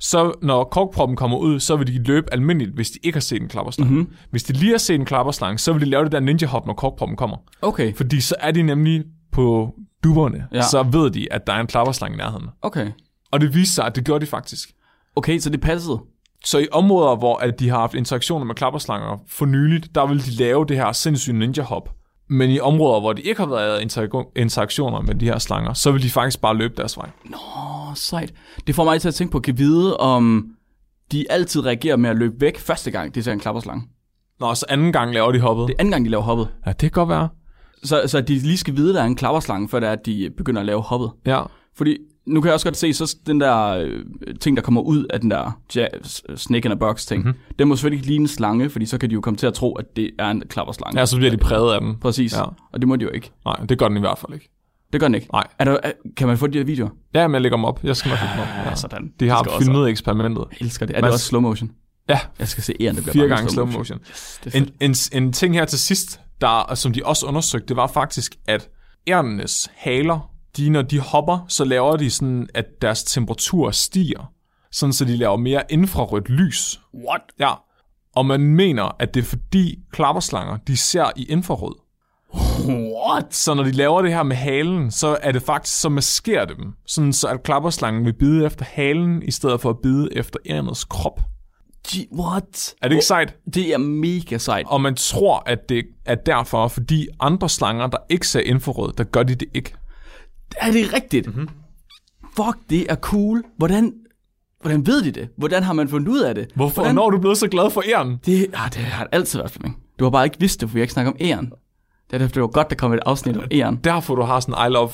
Speaker 2: så når korkproppen kommer ud, så vil de løbe almindeligt, hvis de ikke har set en klapperslange.
Speaker 3: Mhm.
Speaker 2: Mm-hmm. Hvis de lige har set en klapperslange, så vil de lave det der ninja hop, når korkproppen kommer.
Speaker 3: Okay.
Speaker 2: Fordi så er de nemlig på duberne,
Speaker 3: Ja.
Speaker 2: ja. så ved de, at der er en klapperslange i nærheden.
Speaker 3: Okay.
Speaker 2: Og det viste sig, at det gjorde de faktisk.
Speaker 3: Okay, så det passede.
Speaker 2: Så i områder, hvor at de har haft interaktioner med klapperslanger for nyligt, der vil de lave det her sindssyge ninja hop. Men i områder, hvor de ikke har været interago- interaktioner med de her slanger, så vil de faktisk bare løbe deres vej.
Speaker 3: Åh, sejt. Det får mig til at tænke på, kan vide, om de altid reagerer med at løbe væk første gang, de ser en klapperslange.
Speaker 2: Nå, så anden gang laver de hoppet.
Speaker 3: Det
Speaker 2: Det...
Speaker 3: er anden gang, de laver hoppet.
Speaker 2: Ja, det kan godt være.
Speaker 3: Så, så de lige skal vide, der er en klapperslange, før det er, at de begynder at lave hoppet.
Speaker 2: Ja.
Speaker 3: Fordi nu kan jeg også godt se, så den der øh, ting, der kommer ud af den der ja, s- snake in a box ting,
Speaker 2: Mhm.
Speaker 3: mm-hmm. den må selvfølgelig ikke ligne en slange, fordi så kan de jo komme til at tro, at det er en klapperslange.
Speaker 2: ja, så bliver de præget af dem.
Speaker 3: Præcis. Ja.
Speaker 2: Ja.
Speaker 3: Og det må de jo ikke.
Speaker 2: Nej, det gør den i hvert fald ikke.
Speaker 3: Det gør den ikke.
Speaker 2: Nej.
Speaker 3: Er der, er, kan man få de her videoer?
Speaker 2: Ja, men jeg lægger dem op. Jeg skal nok lægge dem op. Ja.
Speaker 3: sådan.
Speaker 2: De
Speaker 3: Det skal
Speaker 2: har
Speaker 3: også
Speaker 2: filmet eksperimentet.
Speaker 3: Jeg elsker det. Er
Speaker 2: Man-
Speaker 3: det også slow motion?
Speaker 2: Ja,
Speaker 3: Jeg skal se æren, der bliver
Speaker 2: fire
Speaker 3: bange i
Speaker 2: gange slow motion.
Speaker 3: Det er
Speaker 2: En, en, en ting her til sidst, der, som de også undersøgte, det var faktisk, at ærnenes haler, de, når de hopper, så laver de sådan, at deres temperatur stiger. Sådan, så de laver mere infrarødt lys. What? Ja. Og man mener, at det er fordi klapperslanger, de ser i infrarød. What? Så når de laver det her med halen, så er det faktisk, så maskerer det dem. Sådan så at klapperslangen vil bide efter halen, i stedet for at bide efter ærnets krop.
Speaker 3: Gee, what?
Speaker 2: Er det ikke sejt?
Speaker 3: Det er mega sejt.
Speaker 2: Og man tror, at det er derfor, fordi andre slanger, der ikke ser infrarød, der gør de det ikke.
Speaker 3: Er det rigtigt? Mm-hmm. Fuck, det er cool. Hvordan, hvordan ved de det? Hvordan har man fundet ud af det?
Speaker 2: Hvorfor?
Speaker 3: Hvordan?
Speaker 2: Hvordan? Når er du blevet så glad for æren?
Speaker 3: Det, ah, det har det altid været for mig. Du har bare ikke vidst det, for vi har ikke snakket om æren. Det er derfor, det var godt, der kom et afsnit om æren.
Speaker 2: Derfor du har sådan en I love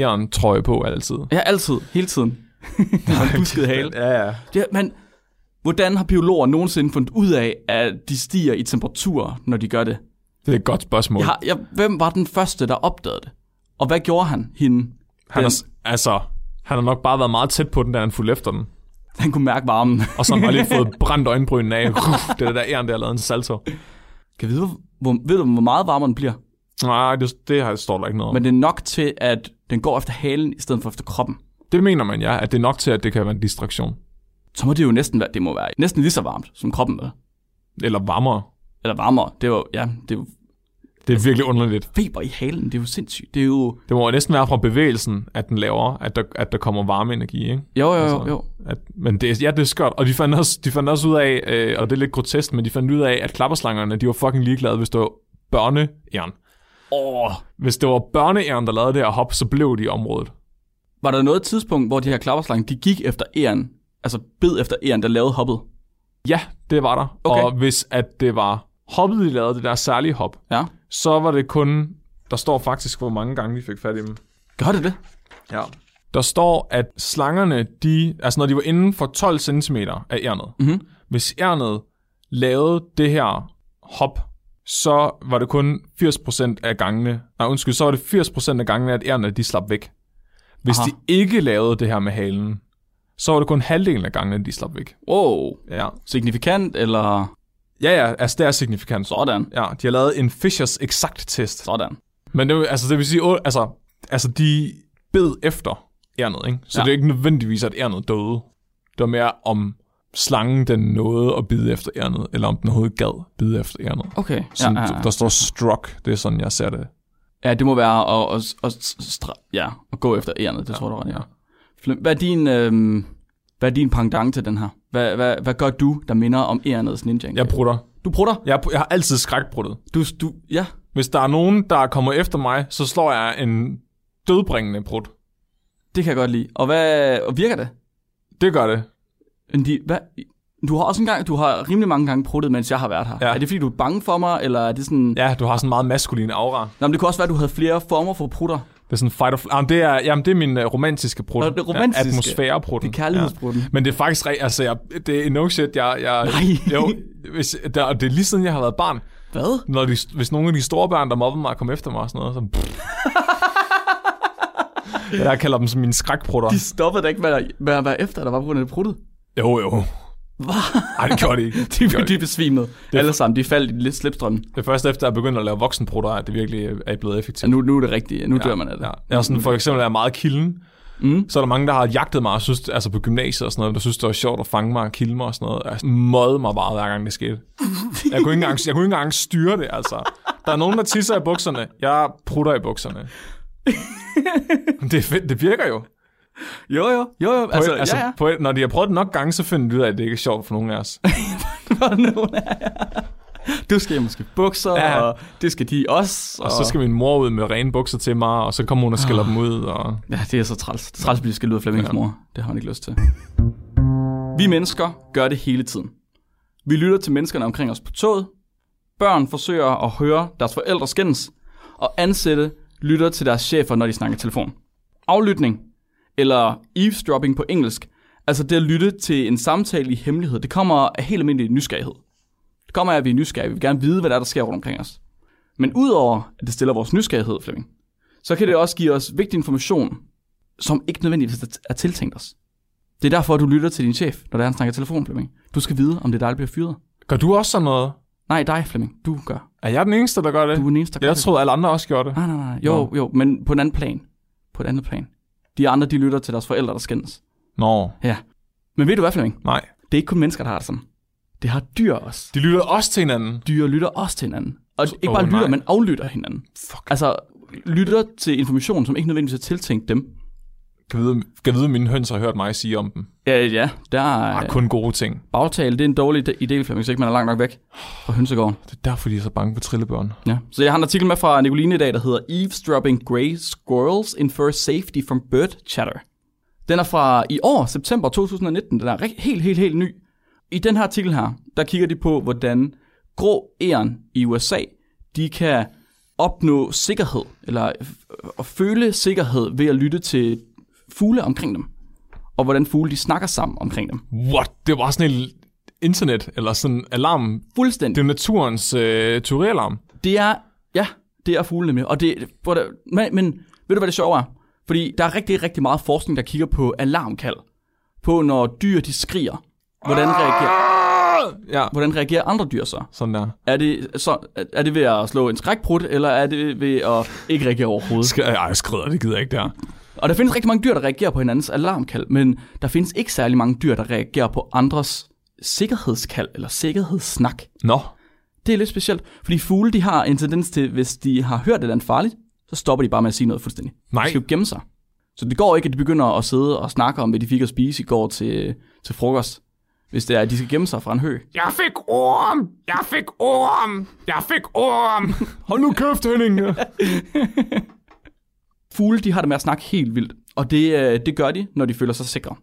Speaker 2: æren trøje på altid.
Speaker 3: Ja, altid. Hele tiden. det har en busket hale.
Speaker 2: Ja, ja.
Speaker 3: Det, er- men hvordan har biologer nogensinde fundet ud af, at de stiger i temperatur, når de gør det?
Speaker 2: Det er et godt spørgsmål.
Speaker 3: Jeg har, jeg, hvem var den første, der opdagede det? Og hvad gjorde han hende?
Speaker 2: han,
Speaker 3: den,
Speaker 2: er, altså, han har nok bare været meget tæt på den, da han fulgte efter den.
Speaker 3: han kunne mærke varmen.
Speaker 2: Og så har han bare lige fået brændt øjenbrynen af. Uff, det er det der æren, der har lavet en salto.
Speaker 3: Kan vi vide, hvor- hvor, ved du, hvor meget varmere den bliver?
Speaker 2: Nej, det, det her står der ikke noget om.
Speaker 3: Men
Speaker 2: Men,
Speaker 3: det er nok til, at den går efter halen, i stedet for efter kroppen.
Speaker 2: det mener man, ja, at det er nok til, at det kan være en distraktion.
Speaker 3: Så må det jo næsten være, det må være næsten lige så varmt, som kroppen er.
Speaker 2: Eller varmere.
Speaker 3: Eller varmere. Det er jo, ja, det er jo
Speaker 2: Det er virkelig underligt.
Speaker 3: feber i halen. Det er jo sindssygt. Det er jo...
Speaker 2: Det må jo næsten være fra bevægelsen, at den laver, at der, at der kommer varmeenergi, ikke?
Speaker 3: Jo, jo, jo.
Speaker 2: Altså,
Speaker 3: jo.
Speaker 2: At, men det, er- ja, det er skørt. Og de fandt også, de fandt også ud af, øh, og det er lidt grotesk, men de fandt ud af, at klapperslangerne, de var fucking ligeglade, hvis det var børneæren.
Speaker 3: Åh,
Speaker 2: Hvis det var børneæren, der lavede det her hop, så blev de i området.
Speaker 3: var der noget tidspunkt, hvor de her klapperslange, de gik efter æren, altså bed efter æren, der lavede hoppet?
Speaker 2: Ja, det var der.
Speaker 3: Okay.
Speaker 2: Og hvis at det var hoppet, de lavede det der særlige hop,
Speaker 3: Ja.
Speaker 2: så var det kun... Der står faktisk, hvor mange gange de fik fat i dem.
Speaker 3: Gør det det?
Speaker 2: Ja. Der står, at slangerne, de, altså når de var inden for 12 cm af ærnet,
Speaker 3: Mhm.
Speaker 2: hvis ærnet lavede det her hop, så var det kun 80% af gangene, nej undskyld, så var det 80% af gangene, at ærnet de slap væk. Hvis
Speaker 3: Aha.
Speaker 2: Aha. de ikke lavede det her med halen, så var det kun halvdelen af gangene, de slap væk.
Speaker 3: Wow.
Speaker 2: Ja,
Speaker 3: Signifikant, eller
Speaker 2: ja, ja altså det er signifikant.
Speaker 3: sådan?
Speaker 2: Ja, de har lavet en Fishers exakt test.
Speaker 3: Sådan.
Speaker 2: Men det, vil- altså, det vil sige, åh, altså, altså de bed efter ærnet, ikke? Så
Speaker 3: Ja.
Speaker 2: ja. det er ikke nødvendigvis, at ærnet døde. Det var mere om slangen, den nåede at bide efter ærnet, eller om den overhovedet gad bide efter ærnet.
Speaker 3: Okay. Ja,
Speaker 2: Sådan,
Speaker 3: ja, ja.
Speaker 2: Der står struck, det er sådan, jeg ser det.
Speaker 3: ja, det må være at, at, at, stra- ja, at gå efter æren, det ja, tror jeg, du er ret i. Flem, Hvad er din, øhm, hvad er din pendant til den her? Hvad, hvad, hvad gør du, der minder om ærenets ninja?
Speaker 2: Jeg prutter.
Speaker 3: Du prutter.
Speaker 2: Jeg, pr- jeg har altid skrækpruttet.
Speaker 3: Du, du, ja.
Speaker 2: Hvis der er nogen, der kommer efter mig, så slår jeg en dødbringende prut.
Speaker 3: Det kan jeg godt lide. Og hvad og virker det?
Speaker 2: Det gør det.
Speaker 3: Men De, hvad? Du har også engang, du har rimelig mange gange pruttet, mens jeg har været her.
Speaker 2: Ja.
Speaker 3: Er det fordi, du er bange for mig, eller er det sådan...
Speaker 2: Ja, du har sådan en meget maskulin aura.
Speaker 3: Nå, men det kunne også være, at du havde flere former for prutter.
Speaker 2: Det er sådan fight or flight. Jamen, det er, jamen, det er min øh, romantiske prut.
Speaker 3: Nå, det er romantiske.
Speaker 2: Atmosfæreprutten.
Speaker 3: Det er kærlighedsprutten.
Speaker 2: Men det er faktisk re- altså, jeg, det er no shit, jeg... jeg
Speaker 3: Nej.
Speaker 2: Jo, hvis, der, og det er lige siden, jeg har været barn.
Speaker 3: Hvad?
Speaker 2: Når de, hvis nogle af de store børn, der mobber mig, kommer efter mig og sådan noget, så... Pff. jeg kalder dem som mine skrækprutter.
Speaker 3: De stoppede da ikke med at, med at være efter, der var på grund af det pruttet.
Speaker 2: Jo, jo.
Speaker 3: Hvad?
Speaker 2: Nej, det gjorde de ikke.
Speaker 3: De,
Speaker 2: Det, gjorde de.
Speaker 3: de besvimede. Alle sammen, de faldt i lidt slipstrømmen.
Speaker 2: det er først efter, at jeg begyndte at lave voksenprutter, at det virkelig er blevet effektivt.
Speaker 3: Ja, nu, nu er det rigtigt. Nu ja, dør man af det.
Speaker 2: Ja. Jeg er sådan, for eksempel er jeg meget kilden. Mm. Så er der mange, der har jagtet mig, og synes, altså på gymnasiet og sådan noget, der synes, det var sjovt at fange mig og kilde mig og sådan noget. Jeg mødte mig bare, hver gang det skete. Jeg kunne ikke engang, jeg kunne ikke engang styre det, altså. Der er nogen, der tisser i bukserne. Jeg prutter i bukserne. Men det, er fedt, det virker jo. På,
Speaker 3: Jo, jo. Jo, jo.
Speaker 2: altså,
Speaker 3: Altså,
Speaker 2: altså,
Speaker 3: ja, ja.
Speaker 2: På, når de har prøvet det nok gange, så finder de ud af, at det ikke er sjovt for nogen af os.
Speaker 3: For nogen af jer. Du skal måske bukser, ja.
Speaker 2: Ja.
Speaker 3: og det skal de også.
Speaker 2: Og så skal min mor ud med rene bukser til mig, og så kommer hun og skælder
Speaker 3: Ah.
Speaker 2: dem ud. Og...
Speaker 3: Ja, det er så træls. Det er træls, at blive skældt ud af Flemmings ja. mor. Det har hun ikke lyst til. Vi mennesker gør det hele tiden. Vi lytter til menneskerne omkring os på toget. Børn forsøger at høre deres forældre skændes. Og ansatte lytter til deres chefer, når de snakker i telefon. Aflytning, eller eavesdropping på engelsk, altså det at lytte til en samtale i hemmelighed, det kommer af helt almindelig nysgerrighed. Det kommer af, at vi er nysgerrige. Vi vil gerne vide, hvad der er, der sker rundt omkring os. Men udover, at det stiller vores nysgerrighed, Flemming, så kan det også give os vigtig information, som ikke nødvendigvis er- er tiltænkt os. Det er derfor, at du lytter til din chef, når der han snakker i telefon, Flemming. Du skal vide, om det er dig, der bliver fyret.
Speaker 2: Gør du også sådan noget?
Speaker 3: Nej, dig, Flemming. Du gør.
Speaker 2: Er jeg den eneste, der gør det?
Speaker 3: Du Ah. er den eneste, der gør
Speaker 2: jeg
Speaker 3: det.
Speaker 2: troede, alle andre også gjorde det.
Speaker 3: Nej, nej, nej. Jo,
Speaker 2: Nå.
Speaker 3: jo, men på en anden plan. På et andet plan. De andre, de lytter til deres forældre, der skændes.
Speaker 2: Nå,
Speaker 3: Ja. Men ved du hvad, Flemming?
Speaker 2: nej.
Speaker 3: Det er ikke kun mennesker, der har det sådan. Det har dyr også.
Speaker 2: De lytter også til hinanden.
Speaker 3: Dyr lytter også til hinanden. Og ikke
Speaker 2: åh,
Speaker 3: bare lytter,
Speaker 2: nej.
Speaker 3: men aflytter hinanden. Fuck. Altså, lytter til information, som ikke nødvendigvis er tiltænkt dem.
Speaker 2: Kan vide, kan vide, at mine høns har hørt mig sige om dem.
Speaker 3: Ja, ja. Der er...
Speaker 2: Ah, kun gode ting.
Speaker 3: Bagtale, det er en dårlig idé, Flemming, hvis ikke man er langt nok væk fra hønsegården.
Speaker 2: Det er derfor, de er så bange for trillebørn.
Speaker 3: Ja. Så jeg har en artikel med fra Nicoline i dag, der hedder Eavesdropping Grey Squirrels Infer Safety from Bird Chatter. Den er fra i år, september 2019. Den er rigt- helt, helt, helt ny. I den her artikel her, der kigger de på, hvordan grå æren i USA, de kan opnå sikkerhed, eller f- f- føle sikkerhed ved at lytte til fugle omkring dem. Og hvordan fugle, de snakker sammen omkring dem.
Speaker 2: What? Det var sådan en internet, eller sådan en alarm.
Speaker 3: Fuldstændig.
Speaker 2: Det er naturens øh, Turing-alarm.
Speaker 3: Det er, ja, det er fugle nemlig. Og det, hvor der, men, men ved du, hvad det sjove er? Fordi der er rigtig, rigtig meget forskning, der kigger på alarmkald. På når dyr, de skriger. Hvordan reagerer,
Speaker 2: Ah! Ja,
Speaker 3: hvordan reagerer andre dyr så?
Speaker 2: sådan der.
Speaker 3: Er det, så, er det ved at slå en skrækprut, eller er det ved at ikke reagere overhovedet?
Speaker 2: Sk- Ej, jeg skrider, det gider jeg ikke der.
Speaker 3: Og der findes rigtig mange dyr, der reagerer på hinandens alarmkald, men der findes ikke særlig mange dyr, der reagerer på andres sikkerhedskald eller sikkerhedssnak.
Speaker 2: Nå,
Speaker 3: Det er lidt specielt, fordi fugle de har en tendens til, hvis de har hørt et eller andet farligt, så stopper de bare med at sige noget fuldstændig.
Speaker 2: Nej.
Speaker 3: De skal jo gemme sig. Så det går ikke, at de begynder at sidde og snakke om, hvad de fik at spise i går til, til frokost, hvis det er, at de skal gemme sig fra en hø.
Speaker 2: Jeg fik orm! Jeg fik orm! Jeg fik orm! Hold nu kæft, Henning!
Speaker 3: Fugle, de har det med at snakke helt vildt, og det, øh, det gør de, når de føler sig sikre.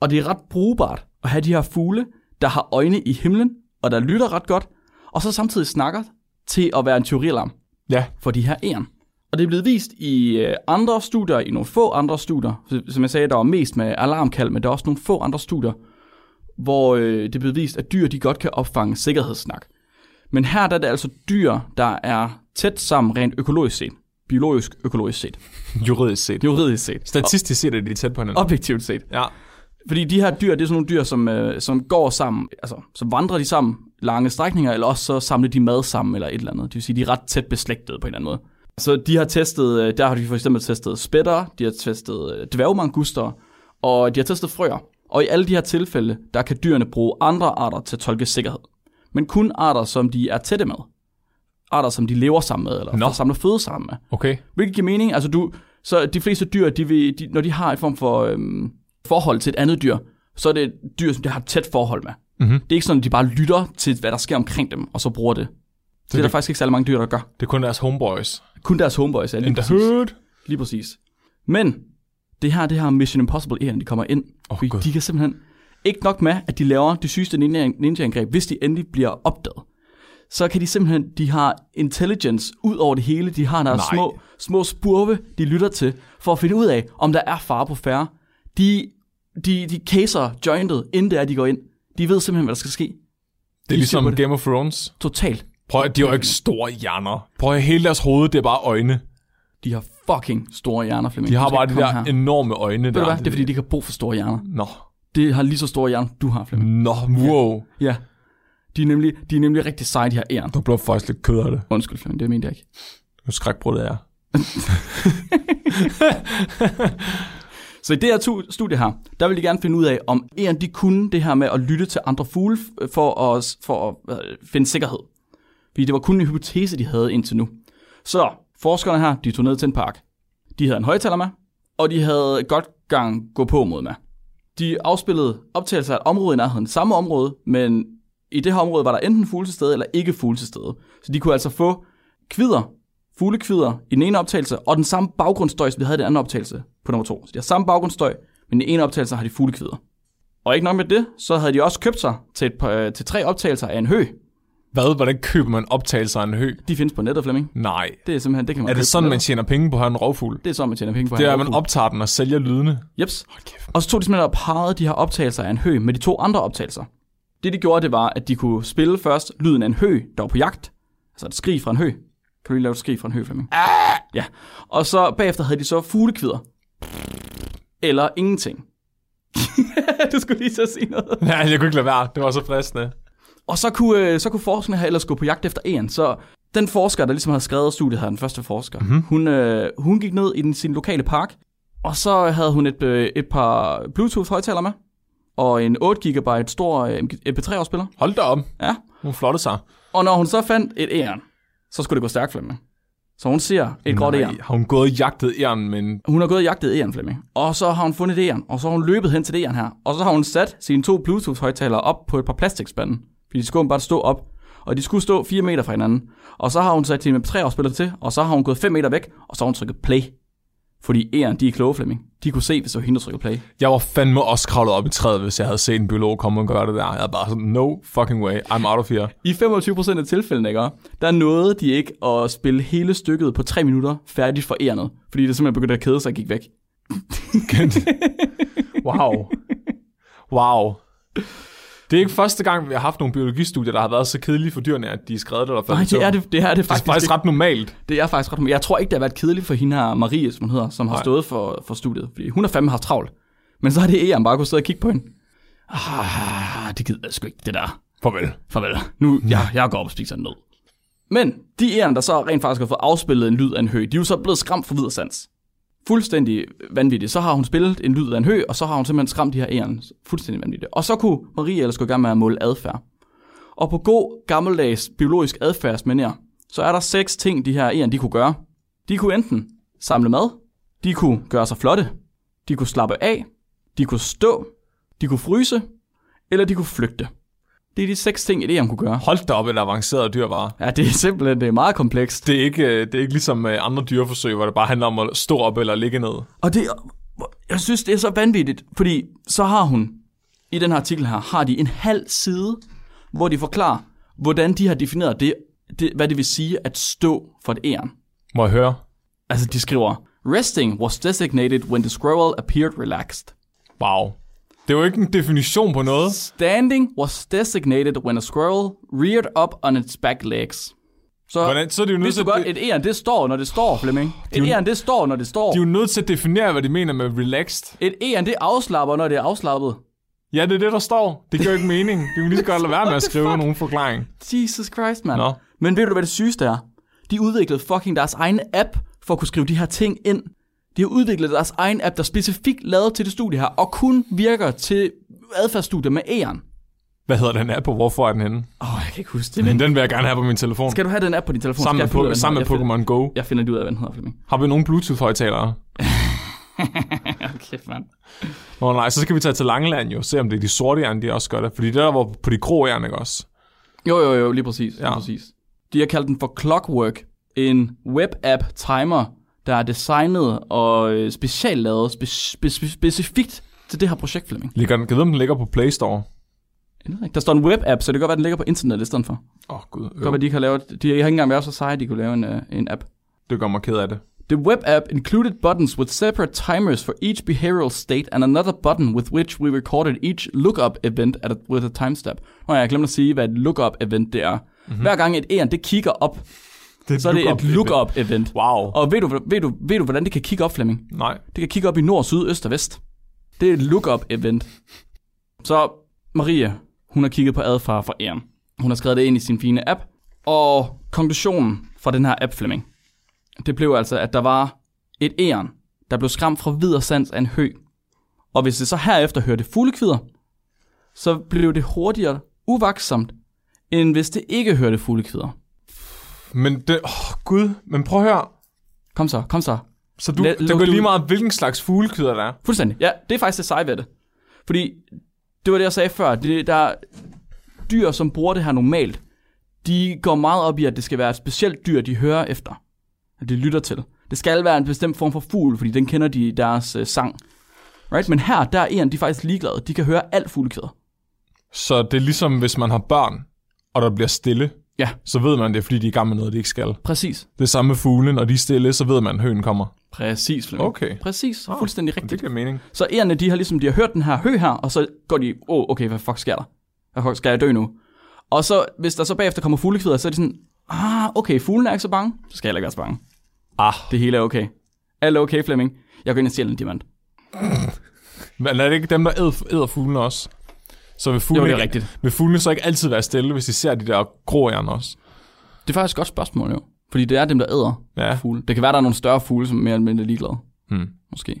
Speaker 3: Og det er ret brugbart at have de her fugle, der har øjne i himlen, og der lytter ret godt, og så samtidig snakker til at være en teorialarm
Speaker 2: ja,
Speaker 3: for de her æren. Og det er blevet vist i øh, andre studier, i nogle få andre studier, S- som jeg sagde, der var mest med alarmkald, men der er også nogle få andre studier, hvor øh, det er blevet vist, at dyr de godt kan opfange sikkerhedssnak. Men her der er det altså dyr, der er tæt sammen rent økologisk set. Biologisk, økologisk set.
Speaker 2: juridisk set.
Speaker 3: Juridisk set.
Speaker 2: Statistisk set er de tæt på hinanden.
Speaker 3: Objektivt set.
Speaker 2: Ja.
Speaker 3: Fordi de her dyr, det er sådan nogle dyr, som, øh, som går sammen, altså så vandrer de sammen lange strækninger, eller også så samler de mad sammen eller et eller andet. Det vil sige, de er ret tæt beslægtede på en eller anden måde. Så de har testet, øh, der har de for eksempel testet spætter, de har testet øh, dværgmanguster, og de har testet frøer. Og i alle de her tilfælde, der kan dyrene bruge andre arter til at tolke sikkerhed. Men kun arter, som de er tætte med. Arter, som de lever sammen med, eller
Speaker 2: Nå.
Speaker 3: no. samler føde sammen med.
Speaker 2: Okay.
Speaker 3: Hvilket giver mening. Altså du, så de fleste dyr, de vil, de, når de har en form for øhm, forhold til et andet dyr, så er det et dyr, som de har et tæt forhold med. Mm-hmm. Det er ikke sådan, at de bare lytter til, hvad der sker omkring dem, og så bruger det. Det, det er der
Speaker 2: det-
Speaker 3: faktisk ikke særlig mange dyr, der gør.
Speaker 2: Det er kun deres homeboys.
Speaker 3: Kun deres homeboys er lige
Speaker 2: In the
Speaker 3: præcis.
Speaker 2: hood.
Speaker 3: Lige præcis. Men det her, det her Mission Impossible æren, de kommer ind.
Speaker 2: Åh,
Speaker 3: fordi
Speaker 2: Gud.
Speaker 3: de kan simpelthen ikke nok med, at de laver de sygeste ninja- ninja-angreb, hvis de endelig bliver opdaget. Så kan de simpelthen, de har intelligence ud over det hele. De har deres
Speaker 2: Nej.
Speaker 3: små, små spurve, de lytter til, for at finde ud af, om der er fare på færre. De, de, de caser jointet, inden det er, de går ind. De ved simpelthen, hvad der skal ske.
Speaker 2: Det er ligesom
Speaker 3: styr på det.
Speaker 2: Game of Thrones.
Speaker 3: Totalt.
Speaker 2: Prøv at, de er jo ikke store hjerner. Prøv at hele deres hoved, det er bare øjne.
Speaker 3: De har fucking store hjerner, Flemming.
Speaker 2: De har
Speaker 3: Du skal
Speaker 2: bare
Speaker 3: ikke
Speaker 2: de
Speaker 3: komme
Speaker 2: der
Speaker 3: her.
Speaker 2: enorme øjne
Speaker 3: Ved du
Speaker 2: der.
Speaker 3: hvad? Det er, fordi de ikke har brug for store hjerner.
Speaker 2: Nå.
Speaker 3: Det har lige så store hjerner, du har, Flemming.
Speaker 2: Nå, wow.
Speaker 3: Ja. De er nemlig, de er nemlig rigtig seje, de her æren.
Speaker 2: Du blev faktisk lidt ked af det.
Speaker 3: Undskyld, Flemming, det mente jeg ikke.
Speaker 2: Nu skrækbruddet er.
Speaker 3: Så i det her tu- studie her, der vil de gerne finde ud af, om æren de kunne det her med at lytte til andre fugle f- øh, for at, for at hvad, finde sikkerhed. Fordi det var kun en hypotese, de havde indtil nu. Så forskerne her, de tog ned til en park. De havde en højtaler med, og de havde godt gang gå på mod med. De afspillede optagelser af et område i nærheden, samme område, men i det her område var der enten fugle til stede eller ikke fugle til stede. Så de kunne altså få kvider, fuglekvider i den ene optagelse, og den samme baggrundsstøj, som de havde i den anden optagelse på nummer to. Så de har samme baggrundsstøj, men i den ene optagelse har de fuglekvider. Og ikke nok med det, så havde de også købt sig til, et, par- øh, til tre optagelser af en hø.
Speaker 2: Hvad? Hvordan køber man optagelser af en hø?
Speaker 3: De findes på nettet, Flemming.
Speaker 2: Nej.
Speaker 3: Det er simpelthen, det kan man
Speaker 2: Er
Speaker 3: købe
Speaker 2: det
Speaker 3: på
Speaker 2: sådan, man
Speaker 3: nettet.
Speaker 2: tjener penge på at have en rovfugl?
Speaker 3: Det er sådan, man tjener penge på.
Speaker 2: Det er,
Speaker 3: her
Speaker 2: at man
Speaker 3: overfugl.
Speaker 2: optager den og sælger lydene.
Speaker 3: Jeps.
Speaker 2: kæft.
Speaker 3: Og så tog de simpelthen og parrede de her optagelser af en hø med de to andre optagelser. Det de gjorde, det var, at de kunne spille først lyden af en hø, der var på jagt. Altså et skrig fra en hø. Kan du lige lave et skrig fra en hø, Flemming? Ja. Og så bagefter havde de så fuglekvider. Eller ingenting. du skulle lige så sige noget.
Speaker 2: Nej, jeg kunne ikke lade være. Det var så fristende.
Speaker 3: Og så kunne, øh, så kunne forskerne her ellers gå på jagt efter en. Så den forsker, der ligesom havde skrevet studiet her, den første forsker, mm-hmm. hun, øh, hun gik ned i den, sin lokale park, og så havde hun et, øh, et par Bluetooth-højtaler med, og en 8 GB stor øh, MP3-afspiller.
Speaker 2: Hold da op.
Speaker 3: Ja.
Speaker 2: Hun flotte sig.
Speaker 3: Og når hun så fandt et æren, så skulle det gå stærkt, Flemming. Så hun ser et gråt æren.
Speaker 2: Har hun gået og jagtet æren, men
Speaker 3: Hun har gået og jagtet æren, Flemming. Og så har hun fundet æren, og så har hun løbet hen til æren her. Og så har hun sat sine to Bluetooth-højtalere op på et par plastikspande. Fordi de skulle bare stå op. Og de skulle stå 4 meter fra hinanden. Og så har hun sat sine tre afspillere til, og så har hun gået 5 meter væk, og så har hun trykket play. Fordi æren, de er kloge, Flemming. De kunne se, hvis det var hende, der trykkede play.
Speaker 2: jeg var fandme også kravlet op i træet, hvis jeg havde set en biolog komme og gøre det der. Jeg var bare sådan, no fucking way, I'm out of here.
Speaker 3: I 25% af tilfældene, ikke? der nåede de ikke at spille hele stykket på 3 minutter færdigt for ærenet. Fordi det simpelthen begyndte at kede sig og gik væk.
Speaker 2: Wow. Wow. Det er ikke første gang, vi har haft nogle biologistudier, der har været så kedelige for dyrene, at de er skrevet eller faldet
Speaker 3: Nej,
Speaker 2: i
Speaker 3: det
Speaker 2: søvn.
Speaker 3: er det, det, er det
Speaker 2: Det er
Speaker 3: faktisk,
Speaker 2: faktisk ret normalt.
Speaker 3: Det er faktisk ret normalt. Jeg tror ikke, det har været kedeligt for hende her, Marie, som hun hedder, som har
Speaker 2: Nej.
Speaker 3: stået for, for studiet. Fordi hun har fandme haft travlt. Men så har det Eam bare kunnet sidde og kigge på hende. Ah, det gider jeg sgu ikke, det der.
Speaker 2: Farvel.
Speaker 3: Farvel. Nu, jeg, jeg går op og spiser en nød. Men de æren, der så rent faktisk har fået afspillet en lyd af en høg, de er jo så blevet skræmt for videre sans. fuldstændig vanvittigt. Så har hun spillet en lyd af en hø, og så har hun simpelthen skræmt de her æren. Fuldstændig vanvittigt. Og så kunne Marie ellers gå i gang med at måle adfærd. Og på god gammeldags biologisk adfærdsmanér, så er der seks ting, de her æren de kunne gøre. De kunne enten samle mad, de kunne gøre sig flotte, de kunne slappe af, de kunne stå, de kunne fryse, eller de kunne flygte. Det er de seks ting, et æren kunne gøre.
Speaker 2: Hold da op, et avanceret dyr var.
Speaker 3: Ja, det er simpelthen det er meget komplekst.
Speaker 2: Det er ikke, øh, det er ikke ligesom øh, andre dyreforsøg, hvor det bare handler om at stå op eller ligge ned.
Speaker 3: Og det, jeg synes, det er så vanvittigt, fordi så har hun, i den her artikel her, har de en halv side, hvor de forklarer, hvordan de har defineret det, det hvad det vil sige at stå for et æren.
Speaker 2: Må jeg høre?
Speaker 3: Altså, de skriver, Resting was designated when the squirrel appeared relaxed.
Speaker 2: Wow. Det var ikke en definition på noget.
Speaker 3: Standing was designated when a squirrel reared up on its back legs. Så
Speaker 2: Hvordan, så er de jo nødt
Speaker 3: vidste
Speaker 2: til,
Speaker 3: du godt,
Speaker 2: de,
Speaker 3: et æren, det står, når det står, Flemming. Et æren, det står, når det står.
Speaker 2: de er jo nødt til at definere, hvad de mener med relaxed.
Speaker 3: Et æren, det afslapper, når det er afslappet.
Speaker 2: Ja, det er det, der står. Det gør ikke mening. Det kan lige så godt lade være med at skrive nogen forklaring.
Speaker 3: Jesus Christ, mand.
Speaker 2: Nå.
Speaker 3: Men ved du, hvad det sygeste er? De udviklede fucking deres egen app for at kunne skrive de her ting ind. De har udviklet deres egen app, der specifikt lavet til det studie her, og kun virker til adfærdsstudier med æren.
Speaker 2: Hvad hedder den app, og hvorfor er den henne?
Speaker 3: Åh, oh, jeg kan ikke huske det, men...
Speaker 2: Men den vil jeg gerne have på min telefon.
Speaker 3: Skal du have den app på din telefon?
Speaker 2: Sammen
Speaker 3: Skal
Speaker 2: med,
Speaker 3: jeg finde
Speaker 2: po-
Speaker 3: ud af, hvad den
Speaker 2: sammen med
Speaker 3: hedder? Jeg finder-
Speaker 2: Pokémon Go.
Speaker 3: Jeg finder lige ud af, hvad den hedder, Flemming.
Speaker 2: Har vi nogle Bluetooth-højtalere?
Speaker 3: Okay, mand.
Speaker 2: Nå nej, så skal vi tage til Langeland jo, se om det er de sorte jern, de også gør det. Fordi det der var på de grå jern, ikke også?
Speaker 3: Jo, jo, jo, lige præcis. Ja.
Speaker 2: Ja.
Speaker 3: Lige præcis. De har kaldt den for Clockwork, en web-app timer, der er designet og øh, specielt lavet spe- spe- spe- specifikt til det her projekt, Flemming.
Speaker 2: Ligger den, kan jeg vide, om den ligger på Play Store?
Speaker 3: Jeg ved ikke. Der står en web-app, så det kan godt være, den ligger på internettet i stedet for. Det
Speaker 2: Åh oh, gud,
Speaker 3: kan godt
Speaker 2: øh,
Speaker 3: være, de ikke har lavet... De har ikke engang været så seje, at de kunne lave en, øh, en app.
Speaker 2: det gør mig ked af det.
Speaker 3: The web app included buttons with separate timers for each behavioral state and another button with which we recorded each lookup event at a, with a timestamp. Nå, jeg glemte at sige, hvad et lookup event det er. Mm-hmm. Hver gang et æren, det kigger op,
Speaker 2: det
Speaker 3: så er det et lookup event.
Speaker 2: Wow.
Speaker 3: Og ved du, ved, du, ved du, hvordan det kan kigge op, Flemming?
Speaker 2: Nej.
Speaker 3: Det kan kigge op i nord, syd, øst og vest. Det er et lookup event. Så Maria, hun har kigget på adfærd for æren. Hun har skrevet det ind i sin fine app. Og konklusionen fra den her app, Flemming, det blev altså, at der var et æren, der blev skræmt fra videre sans af en hø. Og hvis det så herefter hørte fuglekvider, så blev det hurtigere uvaksomt, end hvis det ikke hørte fuglekvider.
Speaker 2: Men det, åh oh, gud, men prøv at høre.
Speaker 3: Kom så, kom så.
Speaker 2: Så du,
Speaker 3: Lad-
Speaker 2: det
Speaker 3: luk
Speaker 2: går
Speaker 3: det
Speaker 2: lige
Speaker 3: ud.
Speaker 2: meget, hvilken slags fuglekyder der er.
Speaker 3: Fuldstændig. Ja, det er faktisk det seje ved det. Fordi det var det, jeg sagde før. Det, der er dyr, som bruger det her normalt, de går meget op i, at det skal være et specielt dyr, de hører efter. At de lytter til. Det skal være en bestemt form for fugl, fordi den kender de i deres øh, sang. Right? Men her, der er en, de er faktisk ligeglade. De kan høre alt fuglekæder.
Speaker 2: Så det er ligesom, hvis man har børn, og der bliver stille,
Speaker 3: Ja,
Speaker 2: så ved man, det er fordi, de er i gang med noget, de ikke skal.
Speaker 3: præcis.
Speaker 2: Det er samme med fugle, når de er stille, så ved man, at høen kommer.
Speaker 3: Præcis, Flemming. Ah,
Speaker 2: Okay.
Speaker 3: Præcis, fuldstændig rigtigt.
Speaker 2: Det giver mening.
Speaker 3: Så ærerne, de har ligesom, de har hørt den her hø her, og så går de, åh, oh, okay, hvad fuck sker der? Hvad fuck, skal jeg dø nu? Og så, hvis der så bagefter kommer fuglekvider, så er de sådan, ah, okay, fuglen er ikke så bange, så skal jeg heller ikke være så bange.
Speaker 2: Ah,
Speaker 3: Det hele er okay. Alt er okay, Flemming. Jeg går ind og stjæler en diamant.
Speaker 2: men er det ikke dem, der æder, æder fuglene også? Så vil fuglene,
Speaker 3: Jo, det er
Speaker 2: ikke-
Speaker 3: rigtigt.
Speaker 2: vil fuglene så ikke altid være stille, hvis de ser de der gråjern også?
Speaker 3: Det er faktisk et godt spørgsmål, jo. Fordi det er dem, der æder
Speaker 2: Ja.
Speaker 3: fugle. Det kan være, der er nogle større fugle, som er mere eller mindre ligeglade.
Speaker 2: Hmm.
Speaker 3: Måske.